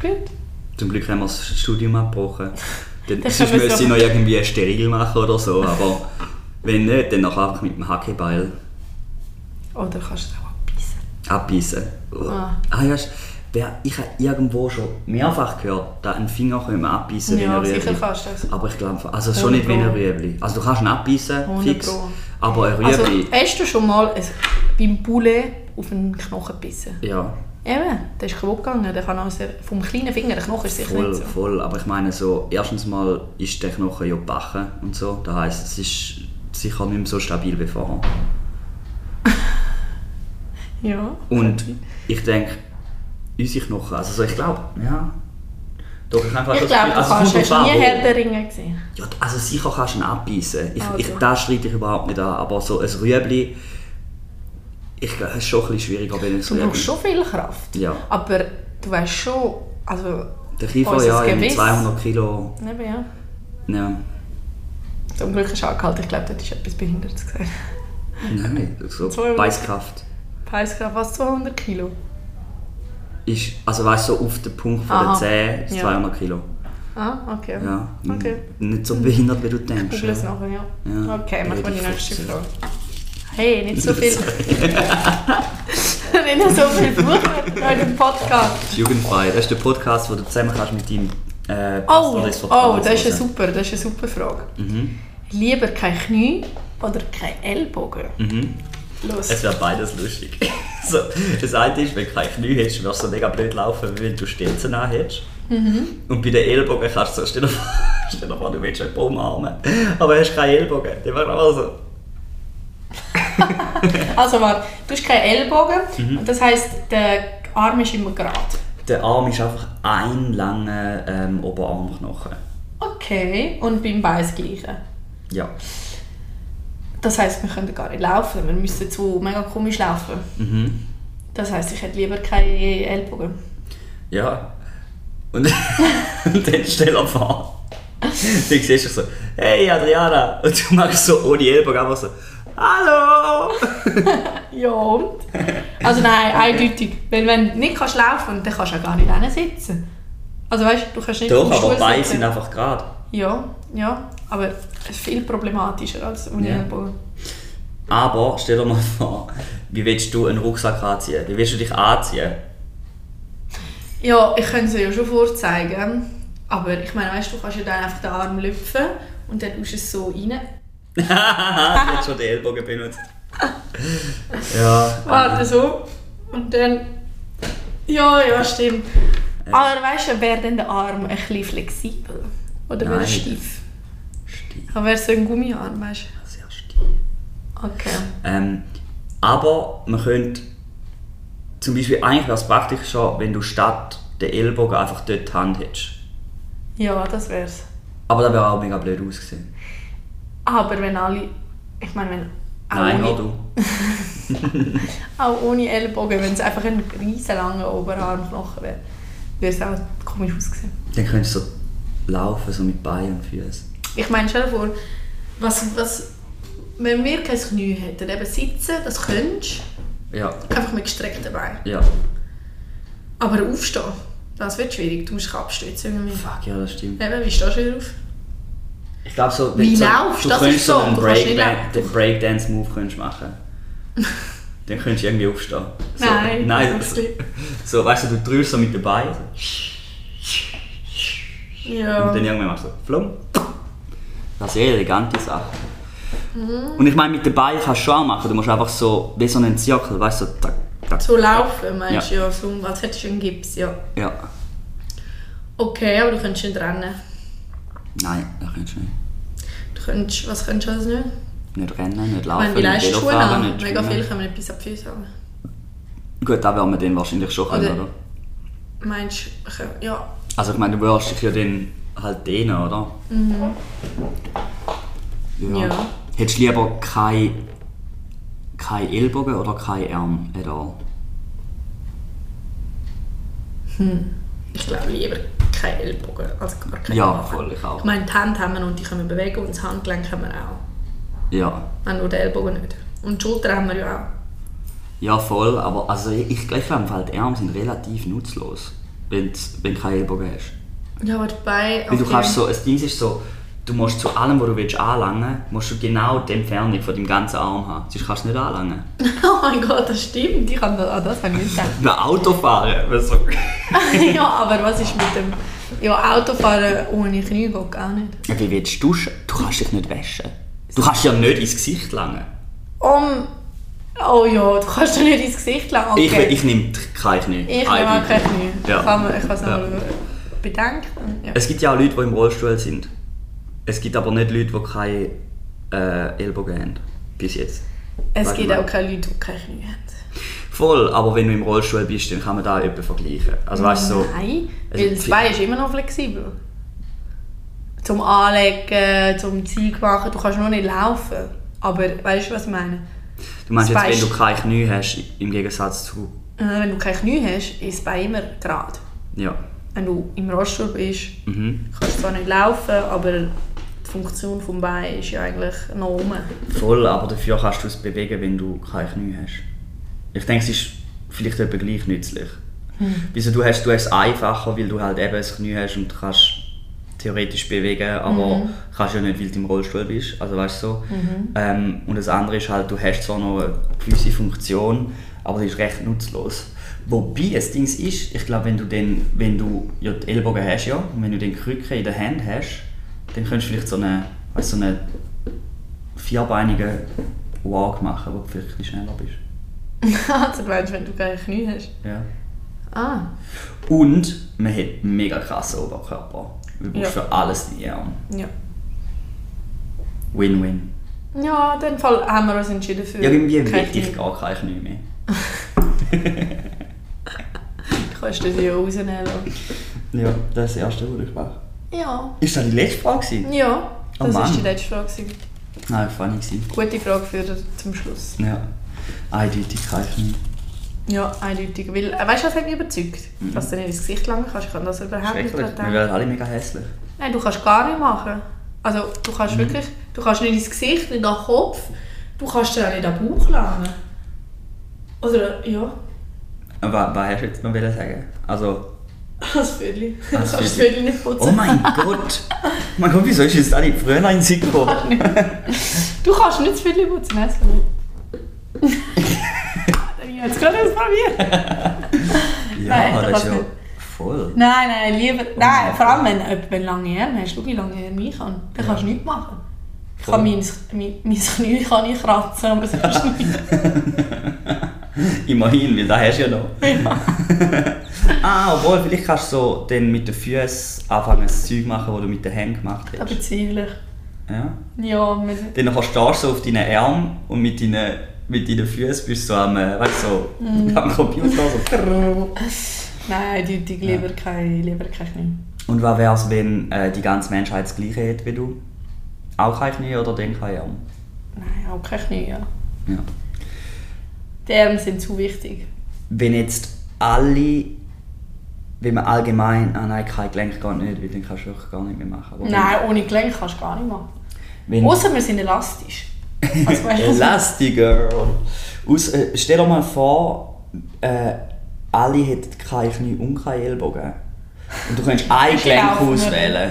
A: Gut.
B: Zum Glück haben wir das Studium abgebrochen. Dann,
A: Das
B: sonst
A: können wir
B: müsste
A: so-
B: ich noch irgendwie steril machen oder so, aber wenn nicht, dann noch einfach mit dem Hackebeil.
A: Oder kannst du es auch
B: abbeißen.
A: abbissen.
B: Uh.
A: Ah.
B: Ah. ja, sch- wer, ich habe irgendwo schon mehrfach gehört, dass ein Finger können abbeißen wie
A: Ja,
B: ein
A: sicher
B: Rüebli.
A: kannst du das.
B: Aber ich glaube, also schon
A: Ohne
B: nicht wie ein
A: Pro.
B: Rüebli. Also du kannst ihn abbeißen,
A: Ohne
B: fix.
A: Pro.
B: Aber ein
A: Also,
B: Rüebli,
A: hast du schon mal ein, beim Poulet auf einen Knochen gebissen?
B: ja,
A: Eben, der ist kaputt gegangen. Der kann aus der, vom kleinen Finger, der Knochen ist sicher
B: voll,
A: nicht so.
B: voll. Aber ich meine so, erstens mal ist der Knochen ja gebacken und so. Das heisst, es ist sicher nicht mehr so stabil wie vorher.
A: Ja.
B: Und ich denke, unsere Knochen, also so, ich glaube, ja. Doch, ich habe
A: Ich
B: einfach
A: glaube, du
B: das Gefühl- es kommt
A: kannst, hast
B: drauf an,
A: nie
B: also, wo.
A: Herderinge gesehen.
B: Ja, also sicher kannst du ihn abbeißen. Ich,
A: Also.
B: ich, das streite ich überhaupt nicht an. Aber so ein Rüebli, ich glaube, es ist schon ein bisschen schwieriger, wenn es
A: Du
B: Rüebli...
A: brauchst schon viel Kraft.
B: Ja.
A: Aber du weißt schon, also,
B: Der Kiefer,
A: unser
B: ja, ja, mit
A: Gewiss.
B: 200 Kilo. ne,
A: eben ja.
B: Ja.
A: Zum Glück ist angehalten, ich glaube, dort ist etwas Behindertes gesehen.
B: Nein, so
A: 200.
B: Beißkraft.
A: Preisgrad fast 200 Kilo.
B: Ist, also weißt du, so auf den Punkt von
A: Aha.
B: der Zähne ist
A: Ja.
B: 200 Kilo.
A: Ah, okay.
B: Ja.
A: Okay.
B: N- Nicht so behindert, wie du denkst.
A: Google es
B: ja.
A: nachher, ja.
B: Ja.
A: Okay, machen wir die
B: Rede
A: nächste
B: Fuchs, ja.
A: Frage. Hey, nicht so viel. nicht so viel Fluch mit eurem Podcast.
B: Jugendfrei, das ist der Podcast, wo du zusammen kannst mit deinem äh,
A: Oh,
B: Pastor des
A: oh,
B: Vertrauens
A: das ist eine
B: hören.
A: super, das ist eine super Frage.
B: Mhm.
A: Lieber kein Knie oder kein Ellbogen?
B: Mhm.
A: Los.
B: Es wäre beides lustig. so, das eine ist, wenn du keine Knie hättest, wärst du mega blöd laufen, wie wenn du Stelzen an hättest. Und bei den Ellbogen kannst du so, stell dir vor, stell dir vor du willst einen Baum umarmen, aber hast keine Ellbogen. Dann wäre auch so.
A: Also warte, du hast keinen Ellbogen
B: Mhm.
A: und das heisst, der Arm ist immer gerade.
B: Der Arm ist einfach ein langer ähm, Oberarmknochen.
A: Okay, und beim Bein das Gleiche.
B: Ja.
A: Das heisst, wir können gar nicht laufen, wir müssen so mega komisch laufen.
B: Mhm.
A: Das heisst, ich hätte lieber keine Ellbogen.
B: Ja. Und, und dann stell dir vor, dann siehst du so, hey Adriana, und du machst so ohne Ellbogen einfach so, hallo!
A: Ja und? Also nein, eindeutig. Weil wenn du nicht kannst laufen dann kannst du auch gar nicht hinten sitzen. Also weißt du, du kannst nicht
B: Doch,
A: auf dem
B: aber
A: Stuhl
B: beide
A: sitzen.
B: sind einfach gerade.
A: Ja, ja. Aber es ist viel problematischer als ohne
B: Ja.
A: Ellbogen.
B: Aber stell dir mal vor, wie willst du einen Rucksack anziehen? Wie willst du dich anziehen?
A: Ja, ich könnte es ja schon vorzeigen. Aber ich meine, weißt du, du kannst ja dann einfach den Arm lüpfen und dann tust du es so rein.
B: Ah, ich hätte schon den Ellbogen benutzt. ja.
A: Warte, so. Und dann... Ja, ja, stimmt. Aber weißt du, wäre dann der Arm ein bisschen flexibel? Oder wäre er
B: Nein.
A: steif?
B: Steif.
A: Aber wäre so ein Gummiarm, weißt
B: Sehr steif.
A: du? Okay.
B: Ähm, aber man könnte zum Beispiel eigentlich wäre es praktischer, wenn du statt den Ellbogen einfach dort die Hand hättest.
A: Ja, das wär's.
B: Aber das wäre auch mega blöd ausgesehen.
A: Aber wenn alle... Ich meine, wenn... Auch
B: Nein, halt. hör
A: ohne,
B: du.
A: auch ohne Ellbogen, wenn es einfach ein riesen langer Oberarmknochen wäre, wäre es auch komisch ausgesehen.
B: Dann könntest du so laufen, so mit Beinen und Füßen.
A: Ich meine, stell dir vor, Was, was, wenn wir kein Knie hätten, eben sitzen, das könntest
B: Ja,
A: du, einfach mit gestreckten Beinen.
B: ja.
A: Aber aufstehen, das wird schwierig, du musst dich abstützen irgendwie.
B: Fuck, ja, das stimmt.
A: Eben, wie stehst du wieder auf?
B: Ich glaube so,
A: Wie
B: so,
A: laufst?
B: du
A: Das
B: könntest
A: ist
B: so
A: so,
B: einen
A: du kannst nicht
B: Breakdan-
A: laufen.
B: den Breakdance-Move könntest machen. Dann könntest du irgendwie aufstehen. So,
A: Nein,
B: nein.
A: das
B: So,
A: ist nicht.
B: so, weißt du, du drehst so mit den Beinen
A: Ja.
B: und dann irgendwann machst du so flum. Das ist eine elegante Sache.
A: Mhm.
B: Und ich meine, mit den Beinen kannst du schon auch machen. Du musst einfach so, wie so einen Zirkel, weißt du, so, tak, tak.
A: So laufen, meinst du?
B: Ja.
A: Ja, so, als hättest du einen Gips, ja.
B: Ja.
A: Okay, aber du könntest nicht rennen.
B: Nein, das kannst du nicht.
A: Du könntest, was könntest du alles nicht?
B: Nicht rennen, nicht
A: Ich
B: laufen,
A: meine, wie leistest
B: nicht
A: du Schuhe an?
B: nicht
A: Mega
B: schwimmen.
A: viel können wir nicht bis ab die Füße haben.
B: Gut, da wären wir dann wahrscheinlich schon können,
A: Oder-
B: oder?
A: Meinst du, können- ja.
B: Also ich meine, du wirst dich ja dann halt dehnen, oder? Mhm. Ja.
A: Ja.
B: Hättest du lieber kein, kein Ellbogen oder kein Arm at all?
A: Ich glaube lieber kein Ellbogen als gar kein
B: Ja,
A: Arm.
B: voll, ich
A: Ich
B: auch.
A: meine, die Hände haben wir und die können wir bewegen und das Handgelenk haben wir auch.
B: Ja.
A: Wir haben nur den Ellbogen nicht. Und die Schulter haben wir ja
B: Ja, voll, aber also ich, ich glaube, halt, die Arme sind relativ nutzlos, wenn's- wenn du keinen Ellbogen hast.
A: auch. Ja, aber die Beine...
B: Weil du
A: okay.
B: kannst so, das Ding ist so, du musst zu allem, wo du willst anlangen, musst du genau die Entfernung von deinem ganzen Arm haben, sonst kannst du nicht anlangen.
A: Oh mein Gott, das stimmt. Ich kann das, an das habe ich nicht gedacht.
B: Ein Autofahren, weißt du, so.
A: ja, aber was ist mit dem... Ja, Autofahren ohne Knie geht auch nicht.
B: Ja, wie willst du duschen? Du kannst dich nicht waschen. Du kannst ja nicht ins Gesicht langen.
A: Um, oh ja, du kannst dir nicht ins Gesicht langen. Okay.
B: Ich, ich nehme keine Knie.
A: Ich nehme auch keine Knie.
B: Ja.
A: Kann man, ich kann es
B: Ja.
A: nochmal bedenken. Ja.
B: Es gibt ja auch Leute, die im Rollstuhl sind. Es gibt aber nicht Leute, die keine äh, Ellbogen haben. Bis jetzt.
A: Es
B: Weißt
A: gibt
B: du,
A: auch keine Leute, die keine Knie haben.
B: Voll, aber wenn du im Rollstuhl bist, dann kann man da jemanden vergleichen. Also weißt du so...
A: Nein,
B: Also
A: weil das
B: die-
A: Bein ist immer noch flexibel. eh, Zum Anlegen, zum Zeug machen, du kannst nur nicht laufen. Aber weißt du, was ich meine?
B: Du meinst
A: das
B: jetzt, wenn
A: Bein-
B: du keine Knie hast, im Gegensatz zu...
A: Äh, Wenn du keine Knie hast, ist das Bein immer gerade.
B: Ja.
A: Wenn du im Rollstuhl bist,
B: Mhm.
A: kannst du zwar nicht laufen, aber die Funktion des Bein ist ja eigentlich noch oben.
B: Voll, aber dafür kannst du es bewegen, wenn du keine Knie hast. Ich denke, es ist vielleicht etwa gleich nützlich. Wieso du hast, du hast es einfacher, weil du halt eben ein Knie hast und kannst theoretisch bewegen, aber kannst ja nicht, weil du im Rollstuhl bist, also weißt du so. Ähm, und das andere ist halt, du hast zwar noch eine gewisse Funktion, aber die ist recht nutzlos. Wobei, das Ding ist, ich glaube, wenn du, den, wenn du ja, die Ellbogen hast, ja, und wenn du den Krücken in der Hand hast, dann könntest du vielleicht so eine, weißt, so eine vierbeinigen Walk machen, wo du vielleicht ein bisschen schneller bist.
A: also du meinst, wenn du keine Knie hast.
B: Ja.
A: Ah,
B: Und man hat mega krassen Oberkörper. Du brauchst
A: Ja.
B: für alles die Arme.
A: ja.
B: Win-win.
A: Ja, in dem Fall haben wir uns entschieden für...
B: Irgendwie
A: keine
B: will ich
A: Knie.
B: gar keine Knie mehr.
A: Du kannst das ja rausnehmen. lassen.
B: Ja, das ist das Erste, was ich mache.
A: Ja.
B: Ist das die letzte Frage? gewesen?
A: Ja,
B: Oh
A: das war
B: Mann.
A: die letzte Frage. gewesen.
B: Nein, funny gewesen.
A: Gute Frage für zum Schluss.
B: Ja. Eindeutig keine Knie.
A: Ja, eindeutig. Weil, äh, weißt du, was hat mich überzeugt? Dass du nicht ins Gesicht langen kannst. Ich kann das überhaupt nicht
B: Mhm. Schrecklich. Wir
A: denken.
B: werden alle mega hässlich.
A: Nein, du kannst gar nicht machen. Also, du
B: Mhm.
A: kannst wirklich... Du kannst nicht ins Gesicht, nicht an den Kopf. Du kannst dir auch nicht an den Bauch langen. Oder, ja...
B: Aber was hast du jetzt noch wollen sagen? Also...
A: Das Vödel. Du
B: Das
A: kannst das
B: Vödel.
A: Vödel nicht putzen.
B: Oh mein Gott! mein Gott, wieso ist jetzt alle früher in den Sinn gekommen?
A: Du kannst nicht zu viel putzen, nein, das kann ich. Ich habe es gerade erst probiert.
B: Ja,
A: Nein,
B: das,
A: das
B: ist
A: passt
B: ja
A: nicht.
B: voll.
A: Nein, nein, lieber. Nein, vor allem wenn jemand lange Arme hast. Schau, wie lange Arme ich kann. Dann kannst du nichts machen. Ich kann mein, mein, mein Knie kann ich kratzen, aber sonst nicht.
B: Immerhin, weil da hast du ja noch. ah, obwohl, vielleicht kannst du so dann mit den Füßen anfangen, das Zeug machen, was du mit den Händen gemacht hast.
A: Aber ziemlich.
B: Ja.
A: Ja, wir-
B: Dann kannst du stehst du so auf deinen Armen und mit deinen, mit deinen Füßen bist du so am, äh, weißt, du, so,
A: Mhm.
B: am Computer. So.
A: nein, eindeutig lieber kein, lieber kein Knie.
B: Und was wäre es, wenn äh, die ganze Menschheit das gleiche hätte wie du? Auch kein Knie oder dann kein Arm?
A: Nein, auch kein Knie, ja.
B: Ja.
A: Die Arme sind zu wichtig.
B: Wenn jetzt alle, wenn man allgemein, ah nein, kein Gelenk geht nicht, weil dann kannst du wirklich gar nicht mehr machen. Aber wenn-
A: Nein, ohne Gelenk kannst du gar nicht machen.
B: Wenn
A: Außer wir sind elastisch. Also, weißt du, was-
B: Elastiger. Aus, äh, stell dir mal vor, äh, alle hätten keine Knie und keine Ellbogen. Und du könntest ein
A: Ich
B: Gelenk
A: laufe nur.
B: auswählen,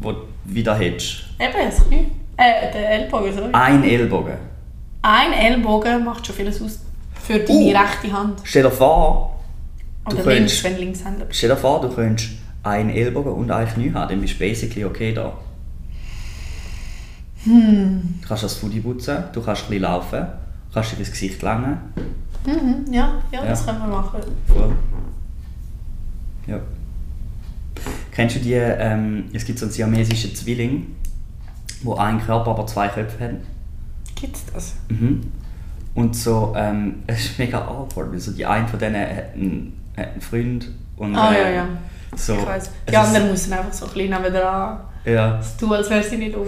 B: wo du wieder hättest.
A: Eben, das Knie. Äh, der Ellbogen, sorry.
B: Ein Ellbogen.
A: Ein Ellbogen macht schon vieles aus für deine
B: Uh.
A: rechte Hand.
B: Stell dir vor,
A: Oder
B: könntest-
A: links, wenn du Linkshänder bist.
B: stell dir vor, du könntest ein Ellbogen und ein Knie haben, dann bist du basically okay da. Du kannst das Foodie putzen, du kannst ein bisschen laufen, du kannst dir das Gesicht langen.
A: Mhm, ja, ja, das
B: Ja.
A: können wir machen.
B: Voll. Ja. Kennst du die, ähm, es gibt so einen siamesischen Zwilling, wo einen Körper, aber zwei Köpfe hat.
A: Gibt's das?
B: Mhm. Und so, ähm, es ist mega awkward, weil so die eine von denen hat einen, hat einen Freund und
A: Ah,
B: äh,
A: ja, ja.
B: so.
A: Ich weiss.
B: es
A: Die
B: ist-
A: anderen müssen einfach so ein bisschen nebenan
B: Ja.
A: tun, als wäre sie nicht rum.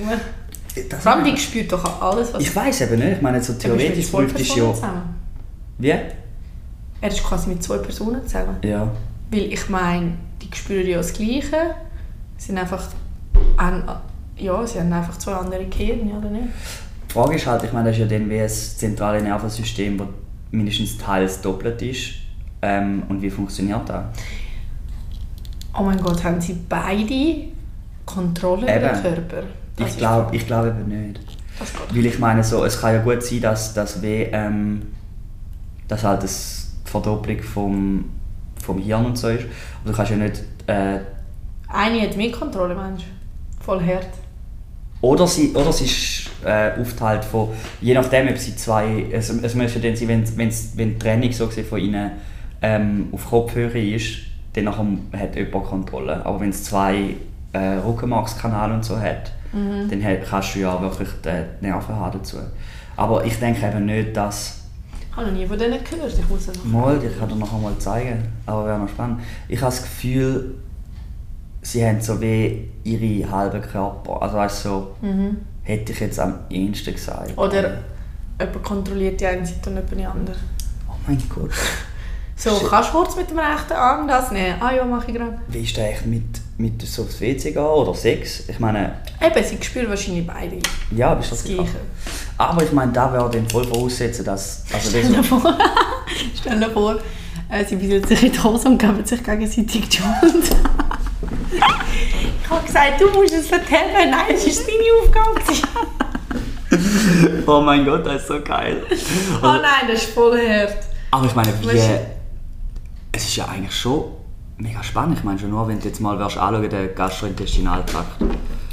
B: Das
A: Vor allem, die spürt doch auch alles, was...
B: ich weiß eben nicht, ich meine, so
A: Er ist mit
B: theoretisch
A: zwei
B: bräuchtest du
A: Personen
B: ja...
A: zusammen.
B: Wie?
A: Er ist quasi mit zwei Personen zusammen.
B: Ja.
A: Weil ich meine, die spüren ja das Gleiche. Sie sind einfach... an- Ja, sie haben einfach zwei andere Gehirne, oder nicht?
B: Die Frage ist halt, ich meine, das ist ja dann wie ein zentrales Nervensystem, das mindestens teils doppelt ist. Ähm, und wie funktioniert das?
A: Oh mein Gott, haben sie beide Kontrolle über den
B: Eben.
A: Körper? Das
B: Ich
A: ist-
B: glaube ich glaub eben nicht.
A: das geht.
B: Weil ich meine, so, es kann ja gut sein, dass, dass wie, ähm, dass halt das die Verdopplung vom, vom Hirn und so ist. Aber du kannst ja nicht... Äh,
A: Eine hat mehr Kontrolle, Mensch. Voll hart.
B: oder sie, oder sie ist äh, aufteilt von, je nachdem, ob sie zwei, also, es, es müsste dann sein, wenn, wenn's, wenn die Training so gesehen von ihnen ähm, auf Kopfhöhe ist, dann nachher hat jemand Kontrolle. Aber wenn es zwei äh, Rückenmarkskanäle und so hat, dann hat, kannst du ja wirklich die Nerven haben dazu. Aber ich denke eben nicht, dass...
A: Ich habe noch nie von denen gehört. Ich muss es noch.
B: Mal, ich kann dir nachher mal zeigen, aber wäre noch spannend. Ich habe das Gefühl, sie haben so wie ihre halben Körper. Also weißt du, so, hätte ich jetzt am ehesten gesagt.
A: Mhm. Oder jemand kontrolliert die eine Seite und jemand die andere.
B: Oh mein Gott.
A: So,
B: Shit.
A: kannst du kurz mit dem rechten Arm das nehmen? Ah ja, mache ich gerade.
B: Wie ist das eigentlich mit, mit so aufs WC gehen oder Sex? Ich meine,
A: Eben, sie spüren wahrscheinlich beide
B: ja, bist du
A: das
B: das
A: Gleiche.
B: Aber ich meine, da wäre dann voll voraussetzen, dass. Also das
A: Stell dir vor, stell dir vor äh, sie bieseln sich in die Hose und geben sich gegenseitig die Hand. ich habe gesagt, du musst es vertellen. Nein, es war deine Aufgabe. gewesen.
B: oh mein Gott, das ist so geil.
A: oh nein, das ist voll hart.
B: Aber ich meine, wie. äh,
A: Weißt du-
B: Es ist ja eigentlich schon mega spannend. Ich meine, schon nur, wenn du jetzt mal wirst anschauen, den Gastrointestinaltrakt.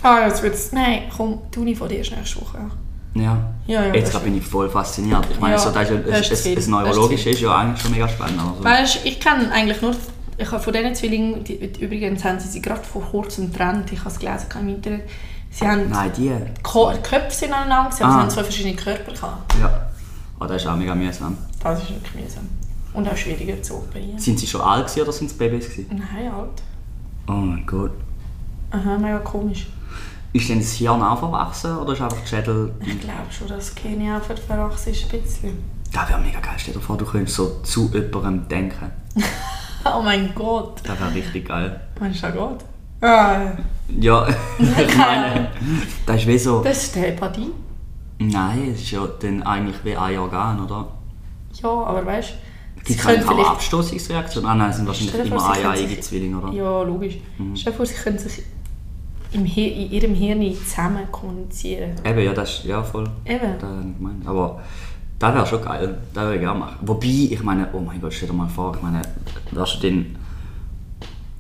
A: Ah, jetzt wird's. Nein, komm, tu nicht von dir, ist nächste Woche. ja.
B: Ja.
A: Ja, ja,
B: Jetzt
A: das
B: gerade bin ich voll fasziniert. Ich meine,
A: Ja,
B: so, das, ist,
A: das
B: das,
A: ist
B: das,
A: zu viel.
B: das Neurologische
A: Das
B: ist ja eigentlich schon mega spannend. Also.
A: Weißt du, ich kenne eigentlich nur. Ich habe von diesen Zwillingen, die, die, übrigens haben sie sich gerade vor kurzem getrennt, ich habe es gelesen im Internet. Sie haben
B: Nein, die.
A: Ko Köpfe sind aneinander, gewesen, aber sie
B: Ah.
A: haben zwei verschiedene Körper gehabt.
B: Ja. Oh, das ist auch mega mühsam.
A: Das ist wirklich mühsam. Und auch schwieriger zu operieren.
B: Sind sie schon alt gewesen oder sind sie Babys? Gewesen?
A: Nein, alt.
B: Oh mein Gott.
A: halt- Aha, mega komisch.
B: Ist denn das Hirn auch verwachsen oder ist einfach der Schädel...
A: Ich glaube schon, dass Kenia für die Verachse ist ein bisschen.
B: Das wäre mega geil. Stell dir vor, du könntest so zu jemandem denken.
A: Oh mein Gott.
B: Das wäre richtig geil.
A: Meinst du, das geht? Ah,
B: Ja, ich meine, das ist wie so...
A: das ist Telepathie.
B: Nein, es ist ja dann eigentlich wie ein Organ, oder?
A: Ja, aber weißt du,
B: Gibt es eigentlich auch Abstoßungsreaktionen? Ah nein, es sind wahrscheinlich
A: Stell dir vor,
B: immer
A: sie können
B: eieiige
A: sich-
B: Zwillinge, oder? Mhm.
A: Ja, logisch. Stell dir vor, sie können sich im Hir in ihrem Hirn zusammen kommunizieren.
B: Eben, ja, das ist ja voll.
A: Eben.
B: Das habe ich nicht gemeint. Aber das wäre schon geil. Das würde ich gerne machen. Wobei, ich meine, oh mein Gott, stell dir mal vor, ich meine, wärst du denn.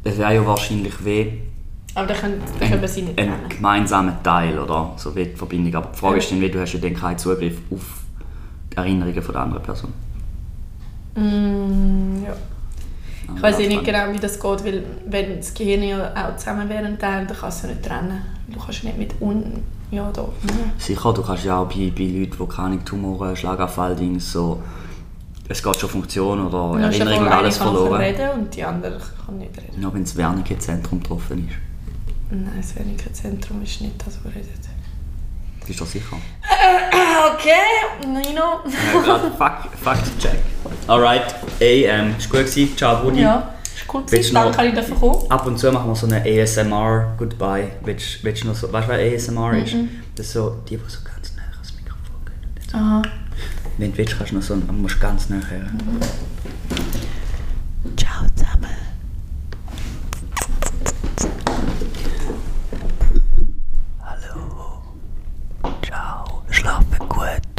B: Es wäre ja wahrscheinlich wie
A: Aber dann können, dann
B: ein,
A: können wir sie nicht
B: ein
A: nennen.
B: gemeinsamer Teil, oder? So wie die Verbindung. Aber die Frage
A: Ja.
B: ist dann, wie du hast ja dann keinen Zugriff auf die Erinnerungen von der anderen Person.
A: Mm, ja. Ich weiß eh
B: ja
A: nicht genau, wie das geht, weil wenn das Gehirn ja auch zusammen wäre ein Teil, dann kannst du es ja nicht trennen. Du kannst ja nicht mit unten. Ja, da. Mhm.
B: Sicher, du kannst ja auch bei, bei Leuten, die keine Tumore, Schlaganfall, Dings, so... Es geht schon Funktion oder
A: Dann hast du
B: Oh Erinnerung und
A: einfach
B: alles
A: eine, die kann
B: verloren.
A: reden und die andere kann nicht reden.
B: Nur wenn das Wernicke-Zentrum getroffen ist.
A: Nein, das wenige Zentrum ist nicht das, was redet.
B: Bist du sicher?
A: Okay, Nino.
B: Ja, grad. Fuck, fuck check. Alright, ey, ähm, ist gut gewesen. Ciao, Brudi.
A: Ja, ist ist cool.
B: Willst
A: gewesen.
B: du noch-
A: Danke, dass ich dafür kommen
B: Ab und zu machen wir so eine ASMR-Goodbye. Willst, willst du noch so, weißt du, was ASMR ist?
A: Mhm.
B: Das ist so, die, die so ganz nah ans Mikrofon gehen. und dann so-
A: Aha.
B: Wenn du willst, kannst du noch so, einen- musst ganz nah her.
A: Mhm. Ciao zusammen.
B: Hallo. Ciao. Schlafe gut.